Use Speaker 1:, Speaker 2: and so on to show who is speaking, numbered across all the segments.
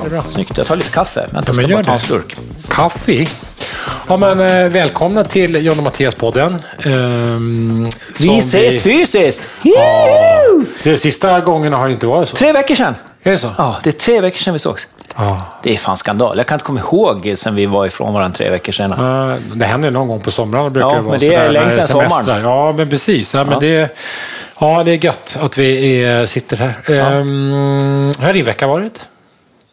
Speaker 1: Det är bra.
Speaker 2: Snyggt, jag tar lite kaffe. Vänta,
Speaker 1: men
Speaker 2: jag ska
Speaker 1: gör
Speaker 2: bara ta en
Speaker 1: det.
Speaker 2: slurk.
Speaker 1: Kaffe. Ja, men, eh, välkomna till John och Mattias-podden. Ehm, som
Speaker 2: Vi ses fysiskt!
Speaker 1: Ja. Det sista gången har det inte varit så.
Speaker 2: Tre veckor sedan!
Speaker 1: Är det så?
Speaker 2: Ja, det är tre veckor sedan vi sågs.
Speaker 1: Ja.
Speaker 2: Det är fan skandal. Jag kan inte komma ihåg sen vi var ifrån varandra tre veckor senast.
Speaker 1: Eh, Det händer ju någon gång på somrarna brukar
Speaker 2: Ja,
Speaker 1: det vara
Speaker 2: men det är
Speaker 1: sådär, när
Speaker 2: länge sedan sommaren.
Speaker 1: semestrar. Ja, men precis. Ja, Men det, ja, det är gött att vi är, sitter här. Ehm, hur har din vecka varit?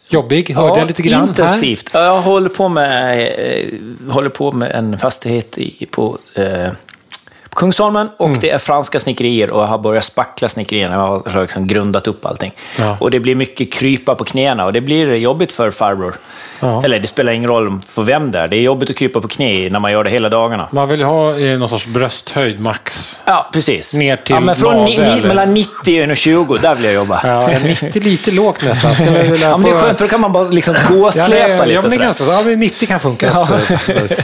Speaker 1: Jobbig, hörde jag lite grann här.
Speaker 2: intensivt. Ja, Jag håller på med, eh, håller på med en fastighet i, på, eh, på Kungsholmen och
Speaker 1: Mm.
Speaker 2: det är franska snickerier och jag har börjat spackla snickerierna. Jag har liksom grundat upp allting.
Speaker 1: Ja.
Speaker 2: Och det blir mycket krypa på knäna och det blir jobbigt för farbror.
Speaker 1: Ja.
Speaker 2: Eller det spelar ingen roll för vem det är. Det är jobbigt att krypa på knä när man gör det hela dagarna.
Speaker 1: Man vill ha eh, någon sorts brösthöjd max.
Speaker 2: Ja, precis.
Speaker 1: Ner till
Speaker 2: ja, men från ni,
Speaker 1: navel,
Speaker 2: ni,
Speaker 1: eller?
Speaker 2: mellan 90 och 120, där vill jag jobba.
Speaker 1: Ja, 90 lite lågt nästan. Skulle jag vilja
Speaker 2: Ja, men det är
Speaker 1: få-
Speaker 2: skönt, för då kan man bara liksom gå och
Speaker 1: Ja,
Speaker 2: släpa lite.
Speaker 1: nej, ja, men det är
Speaker 2: sådär.
Speaker 1: ganska, så- ja, men 90 kan funka.
Speaker 2: Ja.
Speaker 1: Så-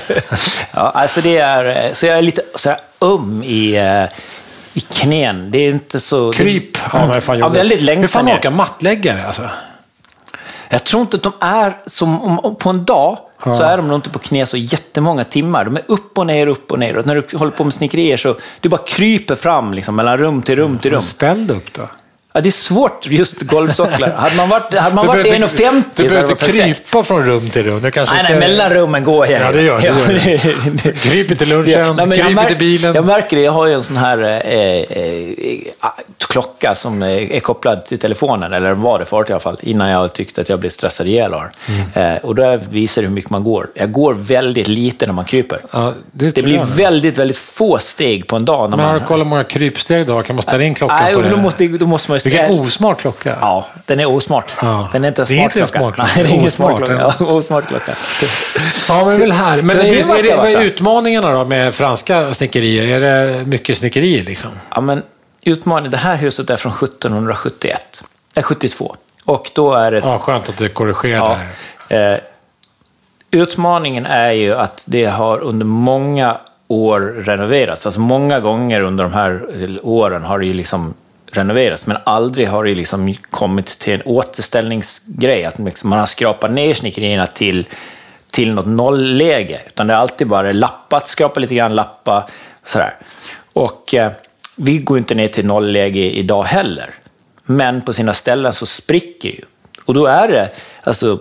Speaker 2: Ja, alltså det är, så jag är lite så här öm i, eh, i knän. Det är inte så...
Speaker 1: Kryp har man fan
Speaker 2: Ja,
Speaker 1: jobbigt.
Speaker 2: väldigt
Speaker 1: Hur
Speaker 2: längst
Speaker 1: fan
Speaker 2: ner.
Speaker 1: orkar mattläggare alltså?
Speaker 2: Jag tror inte att de är som... Om, om, på en dag så är de nog inte på knä så jättemånga timmar. De är upp och ner, upp och ner. Och när du håller på med snickerier så du bara kryper fram liksom, mellan rum till rum till rum.
Speaker 1: Ställ dig upp då.
Speaker 2: Ja, det är svårt just golvsocklar. Hade man varit, hade man
Speaker 1: Du
Speaker 2: varit
Speaker 1: behöver inte-
Speaker 2: 1,50
Speaker 1: Du
Speaker 2: så hade det
Speaker 1: behöver
Speaker 2: varit
Speaker 1: inte
Speaker 2: perfekt.
Speaker 1: krypa från rum till rum. Du kanske
Speaker 2: Nej,
Speaker 1: ska...
Speaker 2: nej, mellan rummen går jag.
Speaker 1: Ja, det gör det, det
Speaker 2: det.
Speaker 1: Kryp inte lunchen,
Speaker 2: men jag
Speaker 1: kryp
Speaker 2: märk-
Speaker 1: inte bilen.
Speaker 2: Jag märker det. Jag har ju en sån här eh, eh, eh, klocka som eh, är kopplad till telefonen, eller var det förut i alla fall, innan jag tyckte att jag blev stressad ihjäl av den.
Speaker 1: Mm.
Speaker 2: Eh, Och där visar det hur mycket man går. Jag går väldigt lite när man kryper.
Speaker 1: Ja, det,
Speaker 2: Det
Speaker 1: tror
Speaker 2: blir
Speaker 1: jag.
Speaker 2: väldigt, väldigt få steg på en dag. När
Speaker 1: Men har
Speaker 2: man...
Speaker 1: du kollat hur många krypsteg du har? Kan man ställa in klockan
Speaker 2: Nej,
Speaker 1: på
Speaker 2: då
Speaker 1: det?
Speaker 2: måste, då måste man ju
Speaker 1: Vilken
Speaker 2: ställa-
Speaker 1: osmart klocka.
Speaker 2: Ja, den är osmart.
Speaker 1: Ja.
Speaker 2: Den är inte en
Speaker 1: Det är
Speaker 2: smart
Speaker 1: inte en
Speaker 2: klocka.
Speaker 1: smart klocka.
Speaker 2: Nej, det är ingen
Speaker 1: Osmart,
Speaker 2: smart klocka. Ja, osmart klocka.
Speaker 1: Ja, men väl här. Men
Speaker 2: Hur har
Speaker 1: är,
Speaker 2: din
Speaker 1: är, det,
Speaker 2: vecka
Speaker 1: vad är
Speaker 2: varit då?
Speaker 1: utmaningarna då med franska snickerier? Är det mycket snickerier liksom?
Speaker 2: Ja, men utmaningen, det här huset är från 1771. Nej, 72. Och då är det...
Speaker 1: Ja, skönt att du korrigerar
Speaker 2: Ja.
Speaker 1: det här.
Speaker 2: Eh, utmaningen är ju att det har under många år renoverats. Alltså många gånger under de här eh, åren har det ju liksom renoverats, men aldrig har det liksom kommit till en återställningsgrej, att liksom man har skrapat ner snickerierna till, till något nollläge, utan det har alltid bara lappat, skrapat lite grann, lappa, sådär. Och eh, vi går inte ner till nollläge idag heller, men på sina ställen så spricker ju. Och då är det, alltså,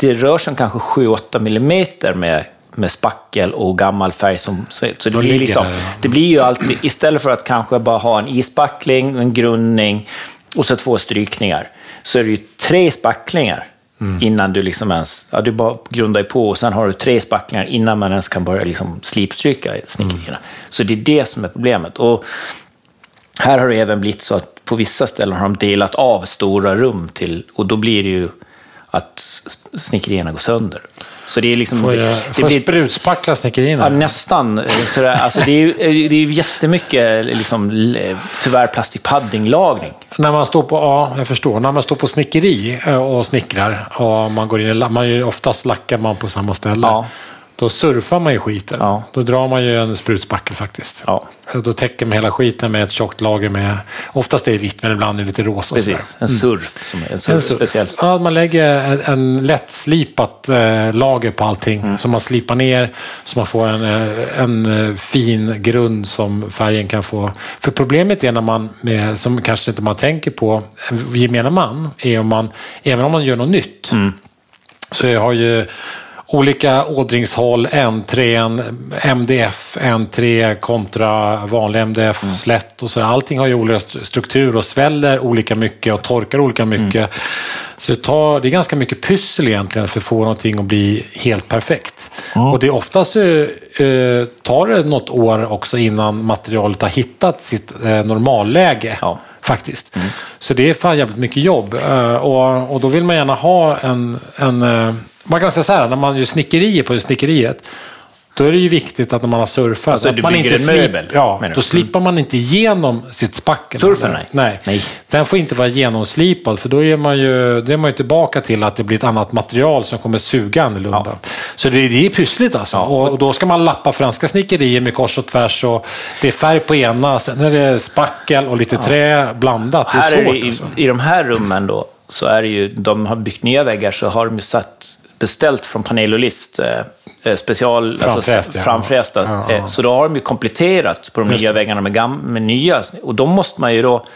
Speaker 2: det rör sig om kanske 7-8 millimeter med, med spackel och gammal färg. Som, så så det,
Speaker 1: ligger
Speaker 2: blir liksom,
Speaker 1: där, ja.
Speaker 2: det blir ju alltid, istället för att kanske bara ha en ispackling, en grundning och så två strykningar, så är det ju tre spacklingar
Speaker 1: Mm.
Speaker 2: innan du liksom ens... Ja, du bara grundar ju på och sen har du tre spacklingar innan man ens kan börja liksom slipstryka snickerierna.
Speaker 1: Mm.
Speaker 2: Så det är det som är problemet. Och här har det även blivit så att på vissa ställen har de delat av stora rum till, och då blir det ju att s- snickerierna går sönder. Så det är liksom...
Speaker 1: Får,
Speaker 2: det,
Speaker 1: jag,
Speaker 2: det
Speaker 1: får jag sprutspackla snickerierna?
Speaker 2: Ja, nästan. eh, Sådär. Alltså, det, är ju, eh, det är ju jättemycket, liksom, l- tyvärr, plastikpaddinglagring.
Speaker 1: När man står på, ja, jag förstår. När man står på snickeri eh, och snickrar och man går in i, la- man ju oftast lackar man på samma ställe.
Speaker 2: Ja.
Speaker 1: Då surfar man ju skiten.
Speaker 2: Ja.
Speaker 1: Då drar man ju en sprutspackel faktiskt. Eh,
Speaker 2: Ja.
Speaker 1: Då täcker man hela skiten med ett tjockt lager med, oftast är det vitt men ibland är det lite rosa. och sådär.
Speaker 2: Precis. En surf, som är en surf,
Speaker 1: En surf.
Speaker 2: speciell surf.
Speaker 1: Ja, man lägger en, en lätt slipat eh, lager på allting som man slipar ner så man får en, eh, en eh, fin grund som färgen kan få. För problemet är när man, med, som kanske inte man tänker på, eh, gemene man, är om man, även om man gör något nytt, så jag har ju olika ådringshåll, N3, MDF, N3 kontra vanlig MDF, slätt och så. Allting har ju olika st- struktur och sväller olika mycket och torkar olika mycket. Så det, tar, det är ganska mycket pussel egentligen för att få någonting att bli helt perfekt. Och det är oftast eh, eh, tar det något år också innan materialet har hittat sitt eh, normalläge
Speaker 2: Ja.
Speaker 1: faktiskt.
Speaker 2: Mm.
Speaker 1: Så det är fan jävligt mycket jobb. Eh, och, och då vill man gärna ha en... en eh, man kan säga så här, när man gör snickerier på snickeriet Då är det ju viktigt att när man har surfat...
Speaker 2: Alltså,
Speaker 1: att
Speaker 2: du
Speaker 1: man
Speaker 2: bygger en
Speaker 1: slip-
Speaker 2: möbel,
Speaker 1: Ja,
Speaker 2: menar du?
Speaker 1: då slipar man inte igenom sitt spackel.
Speaker 2: Surfen, nej.
Speaker 1: nej.
Speaker 2: Nej.
Speaker 1: Den får inte vara genomslipad, för då är man ju, då är man ju tillbaka till att det blir ett annat material som kommer suga annorlunda. Så det, det är pyssligt alltså. Och, och då ska man lappa franska snickerier med kors och tvärs. Och det är färg på ena, sen är det spackel och lite trä blandat. Det är
Speaker 2: här
Speaker 1: svårt.
Speaker 2: är det, i,
Speaker 1: alltså.
Speaker 2: I de här rummen då, så är det ju, de har byggt nya väggar så har de ju satt, beställt från panel och list eh, eh, special,
Speaker 1: Framfräst,
Speaker 2: alltså,
Speaker 1: ja.
Speaker 2: framfrästa.
Speaker 1: Ja, ja.
Speaker 2: Eh, Så då har de ju kompletterat på de
Speaker 1: Just
Speaker 2: nya
Speaker 1: det.
Speaker 2: väggarna med, gam, med nya. Och då måste man ju då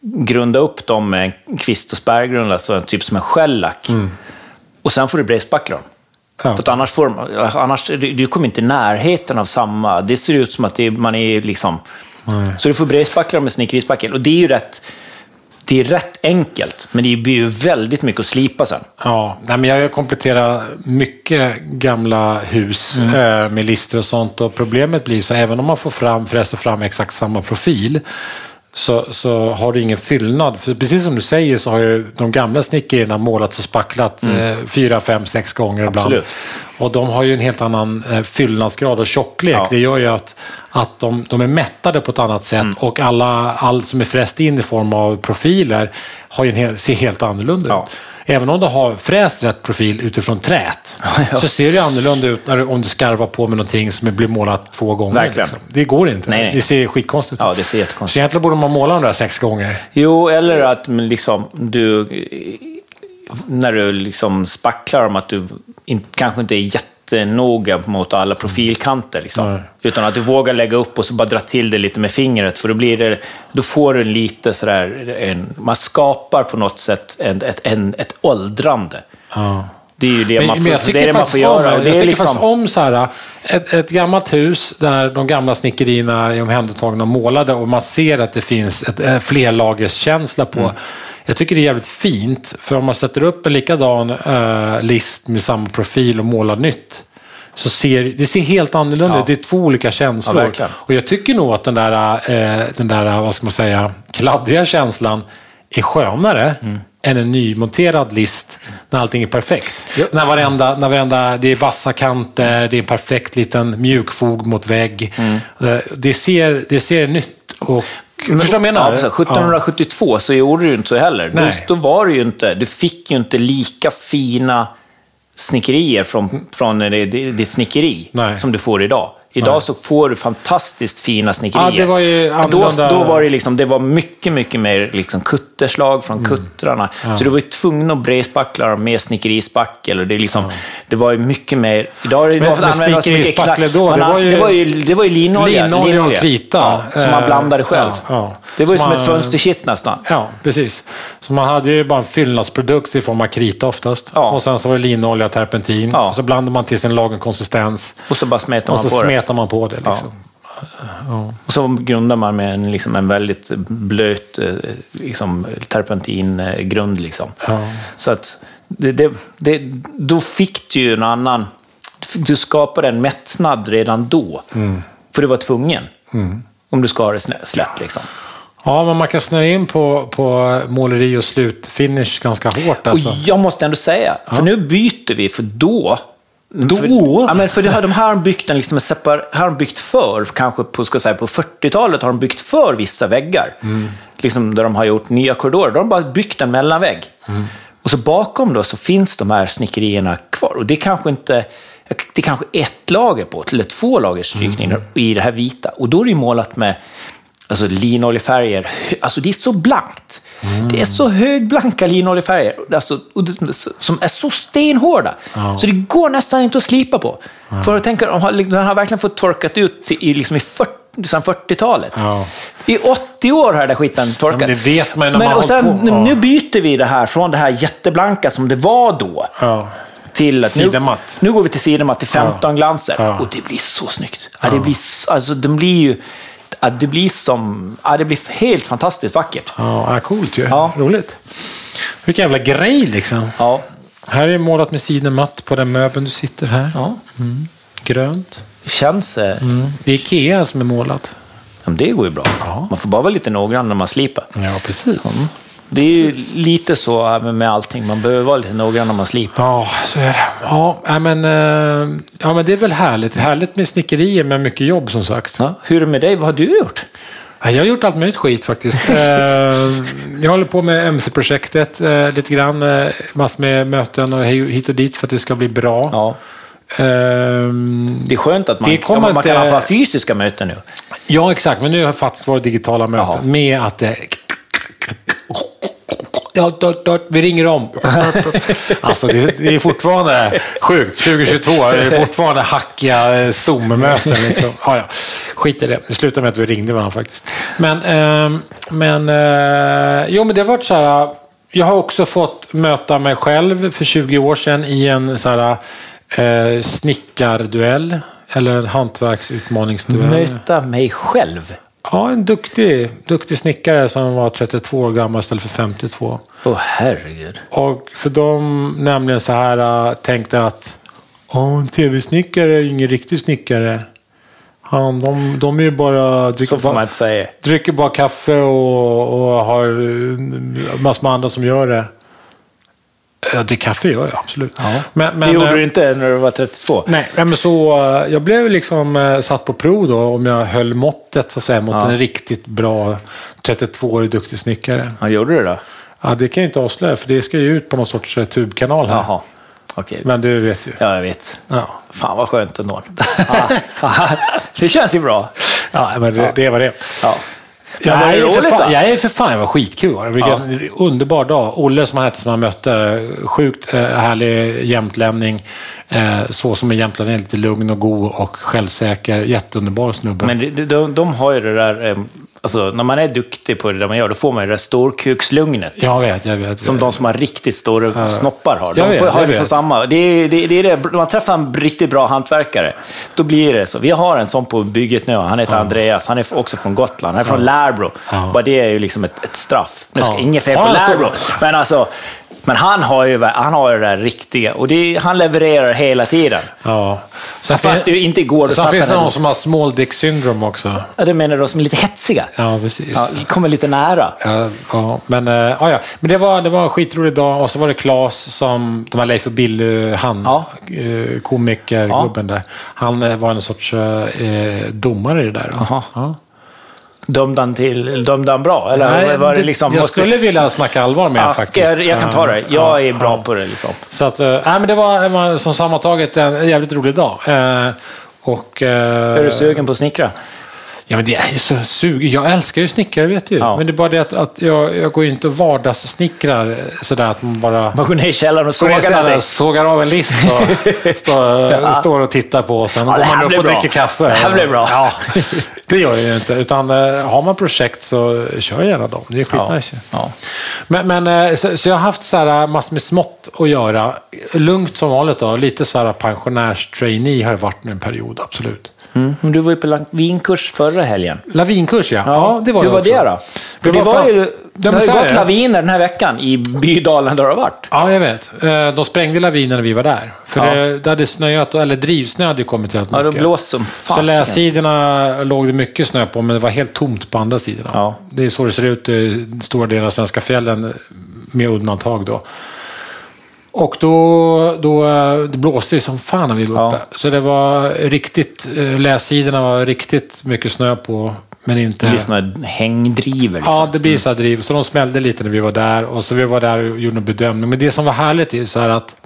Speaker 2: grunda upp dem med en kvist och spärrgrund, alltså en typ som en skällack.
Speaker 1: Mm.
Speaker 2: Och sen får du bredspackla dem.
Speaker 1: Ja.
Speaker 2: För att annars, får de, annars du, du kommer inte i närheten av samma. Det ser ut som att det, är- man är liksom... Så du får bredspackla med snickerispackla. Och det är ju rätt, det är rätt enkelt, men det blir ju väldigt mycket att slipa sen.
Speaker 1: Ja, nej, men jag har ju kompletterat mycket gamla hus eh, med lister och sånt. Och problemet blir så här, även om man får fram, fräser fram exakt samma profil så, så har du ingen fyllnad. För precis som du säger så har ju de gamla snickerierna målats och spacklat eh, fyra, fem, sex gånger ibland.
Speaker 2: Absolut.
Speaker 1: Och de har ju en helt annan eh, fyllnadsgrad och tjocklek.
Speaker 2: Ja.
Speaker 1: Det gör ju att, att de, de är mättade på ett annat sätt
Speaker 2: Mm.
Speaker 1: och alla, allt som är fräst in i form av profiler har ju en hel, ser helt annorlunda
Speaker 2: Ja.
Speaker 1: ut. Även om du har fräst rätt profil utifrån trät så ser det annorlunda ut när du, om du skarvar på med någonting som blir målat två gånger. liksom.
Speaker 2: Verkligen.
Speaker 1: Det går inte.
Speaker 2: Nej, nej.
Speaker 1: Det ser skitkonstigt
Speaker 2: Ja,
Speaker 1: ut.
Speaker 2: det ser
Speaker 1: Så
Speaker 2: jättekonstigt
Speaker 1: egentligen borde man måla de där sex gånger.
Speaker 2: Jo, eller att men liksom, du... eh, När du liksom spacklar om att du in, kanske inte är jättenoga mot alla profilkanter. Liksom.
Speaker 1: Nej.
Speaker 2: Utan att du vågar lägga upp och så bara dra till det lite med fingret. För då, blir det, då får du lite sådär... En, man skapar på något sätt en, ett, en, ett åldrande. Det är ju det man får,
Speaker 1: jag
Speaker 2: det är
Speaker 1: tycker
Speaker 2: det man får
Speaker 1: faktiskt om,
Speaker 2: göra.
Speaker 1: jag
Speaker 2: och det är
Speaker 1: tycker
Speaker 2: liksom-
Speaker 1: faktiskt om så här, ett, ett gammalt hus där de gamla snickerierna är omhändertagna och målade och man ser att det finns ett, eh, flerlagerskänsla på.
Speaker 2: Mm.
Speaker 1: Jag tycker det är jävligt fint, för om man sätter upp en likadan eh, list med samma profil och målar nytt så ser det ser helt annorlunda ut.
Speaker 2: Ja.
Speaker 1: Det är två olika känslor.
Speaker 2: Ja, verkligen.
Speaker 1: och jag tycker nog att den där, eh, den där eh, vad ska man säga, kladdiga känslan är skönare
Speaker 2: Mm.
Speaker 1: än en nymonterad list när allting är perfekt. När, varenda, när varenda, det är vassa kanter, det är en perfekt liten mjukfog mot vägg. Eh, Det, ser, det ser nytt och...
Speaker 2: Mm. Men-
Speaker 1: förstår du vad jag
Speaker 2: Ja,
Speaker 1: menar?
Speaker 2: precis. 1772 så gjorde du ju inte så heller. Då,
Speaker 1: Nej.
Speaker 2: då var det ju inte, du fick ju inte lika fina snickerier från, från eh, di- ditt snickeri
Speaker 1: Nej.
Speaker 2: som du får idag. Idag så får du fantastiskt fina snickerier.
Speaker 1: Ja, det var ju
Speaker 2: då,
Speaker 1: annorlunda-
Speaker 2: då var det, liksom, det var mycket, mycket mer liksom kutterslag från
Speaker 1: Mm.
Speaker 2: kuttrarna. Så du var ju tvungen att bredspackla dem med snickerisspackel. Och det, är liksom, det var ju mycket mer... Idag är det
Speaker 1: Men-
Speaker 2: man får
Speaker 1: men
Speaker 2: använda så mycket
Speaker 1: snickerispackel
Speaker 2: klack-
Speaker 1: då, det
Speaker 2: man-
Speaker 1: var ju-
Speaker 2: det var ju, det var ju linolja.
Speaker 1: Linolja och krita.
Speaker 2: Ja, som man
Speaker 1: Eh,
Speaker 2: blandade själv.
Speaker 1: ja, ja.
Speaker 2: Det var ju
Speaker 1: Som
Speaker 2: som, ett
Speaker 1: man-
Speaker 2: fönsterkitt nästan.
Speaker 1: Ja, precis. Så man hade ju bara en fyllnadsprodukt i form av krita oftast.
Speaker 2: Ja.
Speaker 1: Och sen så var det linolja och terpentin.
Speaker 2: Ja.
Speaker 1: Så blandade man till sin lagom konsistens.
Speaker 2: Och så bara smetar
Speaker 1: Och
Speaker 2: man
Speaker 1: så
Speaker 2: på det.
Speaker 1: smetar man på det. Liksom.
Speaker 2: Och så grundar man med en, liksom, en väldigt blöt eh, liksom, terpentingrund. Liksom. Så att det, det, det, då fick du ju en annan... Du skapade en mättnad redan då.
Speaker 1: Mm.
Speaker 2: För du var tvungen. Om du ska ha det snä- slätt. Liksom.
Speaker 1: Ja, men man kan snöa in på, på måleri och slutfinish ganska hårt. Alltså.
Speaker 2: Och jag måste ändå säga, för nu byter vi, för då... Då? För, ja, men för det här, de här har de byggt en liksom en separ, här har de byggt för, kanske på, ska jag säga, på 40-talet har de byggt för vissa väggar. Liksom där de har gjort nya korridorer. Då har de bara byggt en mellanvägg. Och så bakom då så finns de här snickerierna kvar. Och det är kanske inte... Det är kanske ett lager på, eller två lagers strykning i det här vita. Och då är det ju målat med Alltså linoljefärger, alltså det är så blankt. Det är så högblanka linoljefärger alltså, och det- som är så stenhårda. Så det går nästan inte att slipa på. För jag tänker, de har, de har verkligen fått torkat ut till, i, liksom i 40, sedan 40-talet.
Speaker 1: Ja.
Speaker 2: I 80 år har den där skiten torkat.
Speaker 1: Ja, men det vet man ju när man
Speaker 2: och
Speaker 1: har
Speaker 2: sen,
Speaker 1: hållit på. Ja.
Speaker 2: Nu byter vi det här från det här jätteblanka som det var då.
Speaker 1: Ja.
Speaker 2: Till att nu,
Speaker 1: Sidematt.
Speaker 2: nu går vi till sidematt till 15 glanser.
Speaker 1: Ja.
Speaker 2: Och det blir så snyggt. Ja. det, blir, s- alltså, de blir ju, ja, det blir som... Ja, det blir helt fantastiskt vackert.
Speaker 1: Ja, ja, coolt ju.
Speaker 2: Ja.
Speaker 1: Roligt. Vilken jävla grej liksom.
Speaker 2: Ja.
Speaker 1: Här är målat med sidematt på den möbeln du sitter här.
Speaker 2: ja.
Speaker 1: Grönt.
Speaker 2: Det känns... eh,
Speaker 1: Det är Ikea som är målat.
Speaker 2: Ja, men det går ju bra. Man får bara vara lite noggrann när man slipar.
Speaker 1: Ja, precis.
Speaker 2: Det är ju lite så med allting, man behöver vara lite noggrann när man slipar.
Speaker 1: Ja, så är det. Ja, nej, men, eh, ja, men det är väl härligt. Härligt med snickerier med mycket jobb som sagt.
Speaker 2: Ja. Hur är det med dig? Vad har du gjort?
Speaker 1: Ja, Jag har gjort allt möjligt skit faktiskt. Eh, jag håller på med MC-projektet eh, lite grann. eh, Massor med möten och hej- hit och dit för att det ska bli bra.
Speaker 2: Ja.
Speaker 1: Ehm,
Speaker 2: Det är skönt att man,
Speaker 1: Det kommer
Speaker 2: ja, man kan
Speaker 1: inte-
Speaker 2: ha fysiska möten nu.
Speaker 1: Ja, exakt. Men nu har jag faktiskt varit digitala möten
Speaker 2: Jaha.
Speaker 1: med att det... Ja, dot, dot, vi ringer om. Alltså, det är, det är fortfarande sjukt. 2022 är det fortfarande hackiga eh, Zoom-möten. Liksom. Ja, ja. Skit i det. Det slutade med att vi ringde varandra faktiskt. Men, ehm, men, eh, jo, men det har varit så här. Jag har också fått möta mig själv för 20 år sedan i en så här, eh, snickarduell. Eller en hantverksutmaningsduell.
Speaker 2: Möta mig själv.
Speaker 1: Ja, en duktig, duktig snickare som var 32 år gammal istället för 52.
Speaker 2: Åh herregud.
Speaker 1: Och för dem nämligen så här äh, tänkte att "Ja, en tv-snickare är ju ingen riktig snickare. Han, de, de är ju bara... Dricker
Speaker 2: Så får man
Speaker 1: bara,
Speaker 2: inte säga.
Speaker 1: dricker bara kaffe och, och har eh, massor med andra som gör det. Ja, det kaffe gör jag absolut. Men, men,
Speaker 2: det gjorde
Speaker 1: eh,
Speaker 2: du inte när du var 32.
Speaker 1: Nej, nej, men så eh, jag blev liksom eh, satt på prov då om jag höll måttet så att säga, mot
Speaker 2: Ja.
Speaker 1: en riktigt bra 32-årig duktig snickare.
Speaker 2: Ja, gjorde du det?
Speaker 1: Ja, det kan jag inte avslöja för det ska ju ut på någon sorts eh, tubkanal här.
Speaker 2: Jaha, okej.
Speaker 1: Men du vet ju.
Speaker 2: Ja, jag vet.
Speaker 1: Ja,
Speaker 2: Fan vad skönt ändå. Ja. det känns ju bra.
Speaker 1: ja men det, det var det.
Speaker 2: Ja.
Speaker 1: Jag,
Speaker 2: det här
Speaker 1: är
Speaker 2: är
Speaker 1: ju för
Speaker 2: roligt,
Speaker 1: fan,
Speaker 2: då.
Speaker 1: jag är för fan, jag var skitkul. var det. Vilken underbar dag. Olle som han hette som han mötte, sjukt eh, härlig jämtlänning. Eh, så som en jämtlänning, är lite lugn och god och självsäker. Jätteunderbar snubbe.
Speaker 2: Men det- det- de, de har ju det där, eh, alltså när man är duktig på det där man gör, då får man ju det där storkukslugnet.
Speaker 1: jag vet, jag vet.
Speaker 2: Som de som har riktigt stora snoppar har.
Speaker 1: Jag
Speaker 2: De
Speaker 1: vet,
Speaker 2: får, har
Speaker 1: jag
Speaker 2: liksom
Speaker 1: vet.
Speaker 2: samma. Det är, det, det är det. När man träffar en riktigt bra hantverkare, då blir det så. Vi har en sån på bygget nu. Han heter Andreas. Han är också från Gotland. Han är från Lärbro.
Speaker 1: Ja.
Speaker 2: Bara det är ju liksom ett, ett straff. Nu ska
Speaker 1: Ja.
Speaker 2: inget fel
Speaker 1: Har
Speaker 2: på
Speaker 1: han stor-
Speaker 2: Lärbro. Men alltså, men han har ju, han har ju det där riktiga. Och det, är- han levererar hela tiden.
Speaker 1: Ja. Sen
Speaker 2: Fast det
Speaker 1: fin-
Speaker 2: ju inte går att
Speaker 1: Sen
Speaker 2: sätta
Speaker 1: finns det
Speaker 2: den-
Speaker 1: någon som har small dick syndrome också.
Speaker 2: Ja, det menar de som är lite hetsiga.
Speaker 1: Ja, precis.
Speaker 2: Ja,
Speaker 1: Ja.
Speaker 2: kommer lite nära.
Speaker 1: Ja, Men, eh, ja, ja. Men det var, det var en skitrolig dag och så var det Claes som, de här Leif och Billy, han,
Speaker 2: Ja.
Speaker 1: eh, komikergubben där. Han eh, var en sorts eh, domare i det där.
Speaker 2: Jaha.
Speaker 1: Ja.
Speaker 2: Dömde han, till, dömde han bra? Eller
Speaker 1: Nej,
Speaker 2: var det liksom...
Speaker 1: jag
Speaker 2: måste-
Speaker 1: skulle vilja snacka allvar med
Speaker 2: Ja,
Speaker 1: honom
Speaker 2: ska
Speaker 1: faktiskt.
Speaker 2: Jag, jag kan ta det.
Speaker 1: Ja,
Speaker 2: Jag är
Speaker 1: ja.
Speaker 2: bra på det. Liksom.
Speaker 1: Så att, eh, nej, men det var, det var som sammantaget en jävligt rolig dag. Eh, och, eh,
Speaker 2: Är du sugen på att snickra?
Speaker 1: Ja, men det är ju så sugen. Jag älskar ju snickare, vet du.
Speaker 2: Ja.
Speaker 1: Men det är bara det att, att jag, jag går ju inte och vardagssnickrar eh, sådär att man bara...
Speaker 2: Man går ner i källaren och
Speaker 1: Går ner
Speaker 2: sågar
Speaker 1: så här,
Speaker 2: någonting.
Speaker 1: sågar av en list och står, står och tittar på och sen
Speaker 2: Ja, det
Speaker 1: går
Speaker 2: här
Speaker 1: man upp
Speaker 2: blir
Speaker 1: och
Speaker 2: bra.
Speaker 1: dricker kaffe.
Speaker 2: Det här blir bra.
Speaker 1: Ja, det gör jag ju inte. Utan eh, har man projekt så kör jag gärna dem. Det är skitnice. ju.
Speaker 2: Ja.
Speaker 1: Men, men, eh, så, så jag har haft så här massor med smått att göra. Lugnt som vanligt då. Lite så här pensionärstrainee har det varit nu en period, absolut.
Speaker 2: Mm. Men Du var ju på lavinkurs förra helgen.
Speaker 1: Lavinkurs ja. Ja, det var
Speaker 2: Hur
Speaker 1: jag
Speaker 2: var
Speaker 1: också.
Speaker 2: det då? För det
Speaker 1: var
Speaker 2: var,
Speaker 1: fan-
Speaker 2: ju...
Speaker 1: Ja,
Speaker 2: Det
Speaker 1: men
Speaker 2: har ju
Speaker 1: så är
Speaker 2: gått
Speaker 1: det.
Speaker 2: laviner den här veckan i bydalen där du har varit.
Speaker 1: Ja, jag vet. Eh, De sprängde lavinen när vi var där. För
Speaker 2: Ja.
Speaker 1: det, det hade snöat, eller drivsnö hade ju kommit till att
Speaker 2: Ja, det
Speaker 1: mycket.
Speaker 2: blåst som
Speaker 1: Så
Speaker 2: fasiken.
Speaker 1: läsidorna låg det mycket snö på, men det var helt tomt på andra sidorna.
Speaker 2: Ja.
Speaker 1: Det är så det ser ut i stora delar av svenska fjällen, med undantag då. Och då, då eh, det blåste det som fan när vi var
Speaker 2: Ja.
Speaker 1: uppe. Så det var riktigt, eh, läsidorna var riktigt mycket snö på, men
Speaker 2: Det
Speaker 1: inte...
Speaker 2: blir såna här hängdrivor. Liksom.
Speaker 1: Ja, det blir så här driv. Så de smällde lite när vi var där och så vi var där och gjorde en bedömning. Men det som var härligt är ju så här att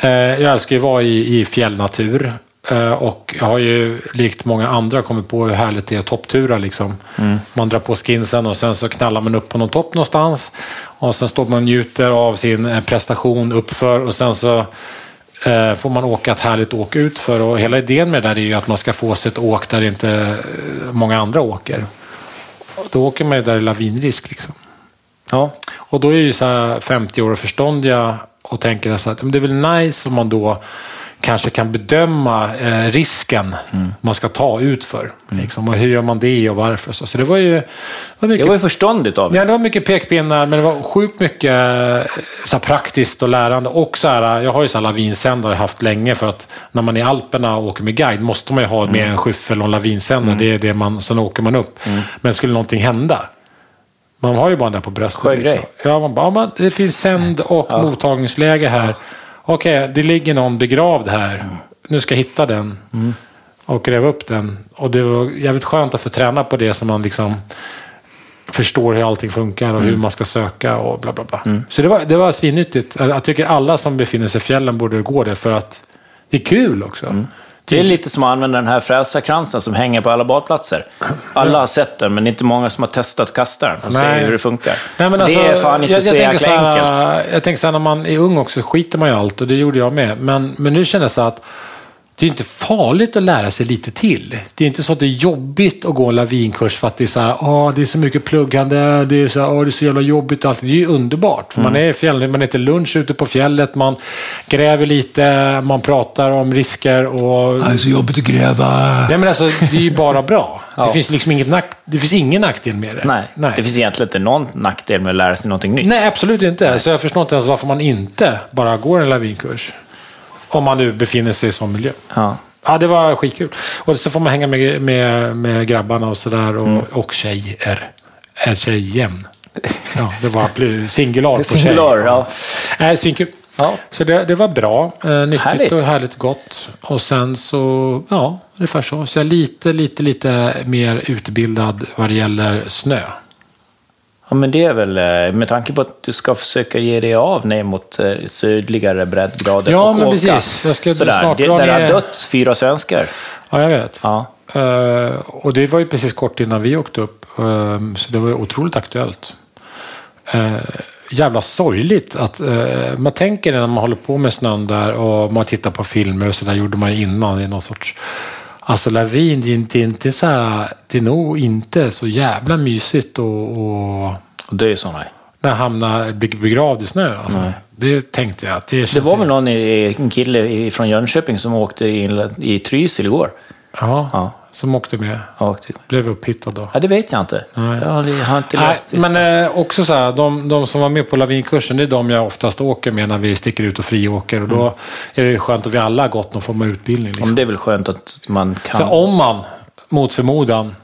Speaker 1: eh, jag älskar ju att vara i, i fjällnatur. Eh, och jag har ju likt många andra kommit på hur härligt det är att topptura. Liksom. Man drar på skinsen och sen så knallar man upp på någon topp någonstans. Och sen står man och njuter av sin eh, prestation uppför och sen så eh, får man åka ett härligt åk utför. Och hela idén med det där är ju att man ska få sig ett åk där inte eh, många andra åker. Och Då åker man ju där i lavinrisk. Liksom.
Speaker 2: Ja.
Speaker 1: Och då är ju så här 50 år förståndiga och tänker så att men det är väl nice om man då kanske kan bedöma eh, risken man ska ta ut för. Liksom. Och hur gör man det och varför? Så, så det var ju det
Speaker 2: Det
Speaker 1: var mycket,
Speaker 2: var ju förståndigt av dig.
Speaker 1: ja, det var mycket pekpinnar, men det var sjukt mycket eh, så här, praktiskt och lärande. Och så här, eh, jag har ju så här lavinsändare haft länge för att när man är i Alperna och åker med guide måste man ju ha
Speaker 2: Mm.
Speaker 1: med en skyffel och en lavinsändare. Det är det man, sen åker man upp. Men skulle någonting hända, Man har ju bara den där på bröstet.
Speaker 2: Skön grej.
Speaker 1: Liksom. Ja, man bara, ja, men det finns sänd och mottagningsläge här. Okej, det ligger någon begravd här.
Speaker 2: Mm.
Speaker 1: Nu ska jag hitta den och gräva upp den. Och det var jävligt skönt att få träna på det så man liksom förstår hur allting funkar och hur man ska söka och bla bla bla. Så det var, det var svinnyttigt. Jag jag tycker alla som befinner sig i fjällen borde gå det för att det är kul också.
Speaker 2: Det är lite som att använda den här frälsarkransen som hänger på alla badplatser. Alla har sett den, men inte många som har testat kasta den och
Speaker 1: Nej.
Speaker 2: ser hur det funkar.
Speaker 1: Nej, men alltså,
Speaker 2: det är fan inte så jäkla
Speaker 1: tänker så här,
Speaker 2: enkelt.
Speaker 1: Jag tänker så här, när man är ung också skiter man ju i allt och det gjorde jag med. Men, men nu känner jag så här att det är inte farligt att lära sig lite till. Det är inte så att det är jobbigt att gå en lavinkurs för att det är så här, "Åh, det är så mycket pluggande, det är så, här, "Åh, det är så jävla jobbigt och allt. Det är ju underbart. För
Speaker 2: Mm.
Speaker 1: Man är i fjällen, man äter lunch ute på fjället, man gräver lite, man pratar om risker och...
Speaker 3: Det är så jobbigt att gräva.
Speaker 1: Nej men alltså, det är ju bara bra.
Speaker 2: Ja.
Speaker 1: Det finns liksom inget nack... det finns ingen nackdel med det.
Speaker 2: Nej. det finns egentligen inte någon nackdel med att lära sig någonting nytt.
Speaker 1: Nej, absolut inte. Så jag förstår inte ens varför man inte bara går en lavinkurs. Om man nu befinner sig i sån miljö.
Speaker 2: Ja.
Speaker 1: Ja, det var skitkul. Och så får man hänga med, med, med grabbarna och sådär.
Speaker 2: Mm.
Speaker 1: Och, och tjejer. Äh, Tjejen. Ja, det var pl- singular på tjej.
Speaker 2: Singular, ja.
Speaker 1: Nej, svinkul.
Speaker 2: Ja.
Speaker 1: Så det, det var bra. Eh, nyttigt
Speaker 2: Härligt.
Speaker 1: och härligt och gott. Och sen så, ja, ungefär så. Så jag är lite, lite, lite mer utbildad vad det gäller snö.
Speaker 2: ja, men det är väl eh, med tanke på att du ska försöka ge dig av ner mot eh, sydligare breddgrader
Speaker 1: Ja,
Speaker 2: och
Speaker 1: men
Speaker 2: åka.
Speaker 1: precis. Jag ska
Speaker 2: Sådär.
Speaker 1: snart
Speaker 2: det,
Speaker 1: dra
Speaker 2: där har
Speaker 1: ner-
Speaker 2: dött fyra svenskar.
Speaker 1: Ja, jag vet.
Speaker 2: Ja.
Speaker 1: Eh, och det var ju precis kort innan vi åkte upp, eh, så det var ju otroligt aktuellt. Eh, jävla sorgligt att eh, man tänker det när man håller på med snön där och man tittar på filmer och sådär gjorde man ju innan i någon sorts... Alltså lavin, det är, inte, det är inte så här, det är nog inte så jävla mysigt och, och
Speaker 2: Och det är ju sådana.
Speaker 1: när hamna blir begravd i snö. Alltså. Det tänkte jag. att Det,
Speaker 2: Det
Speaker 1: känns
Speaker 2: var väl någon i, en kille i- från Jönköping som åkte i, i Trysil igår.
Speaker 1: ja,
Speaker 2: Ja.
Speaker 1: som åkte med.
Speaker 2: Ja, typ. åkte.
Speaker 1: Blev upphittad då.
Speaker 2: Ja, det vet jag inte. Jag har, jag har inte
Speaker 1: Nej,
Speaker 2: läst listan.
Speaker 1: men eh, också så här, de, de som var med på lavinkursen, det är de jag oftast åker med när vi sticker ut och friåker. Och då är det ju skönt att vi alla har gått någon form av utbildning. Liksom.
Speaker 2: Om det är väl skönt att man kan...
Speaker 1: Så om man, mot förmodan,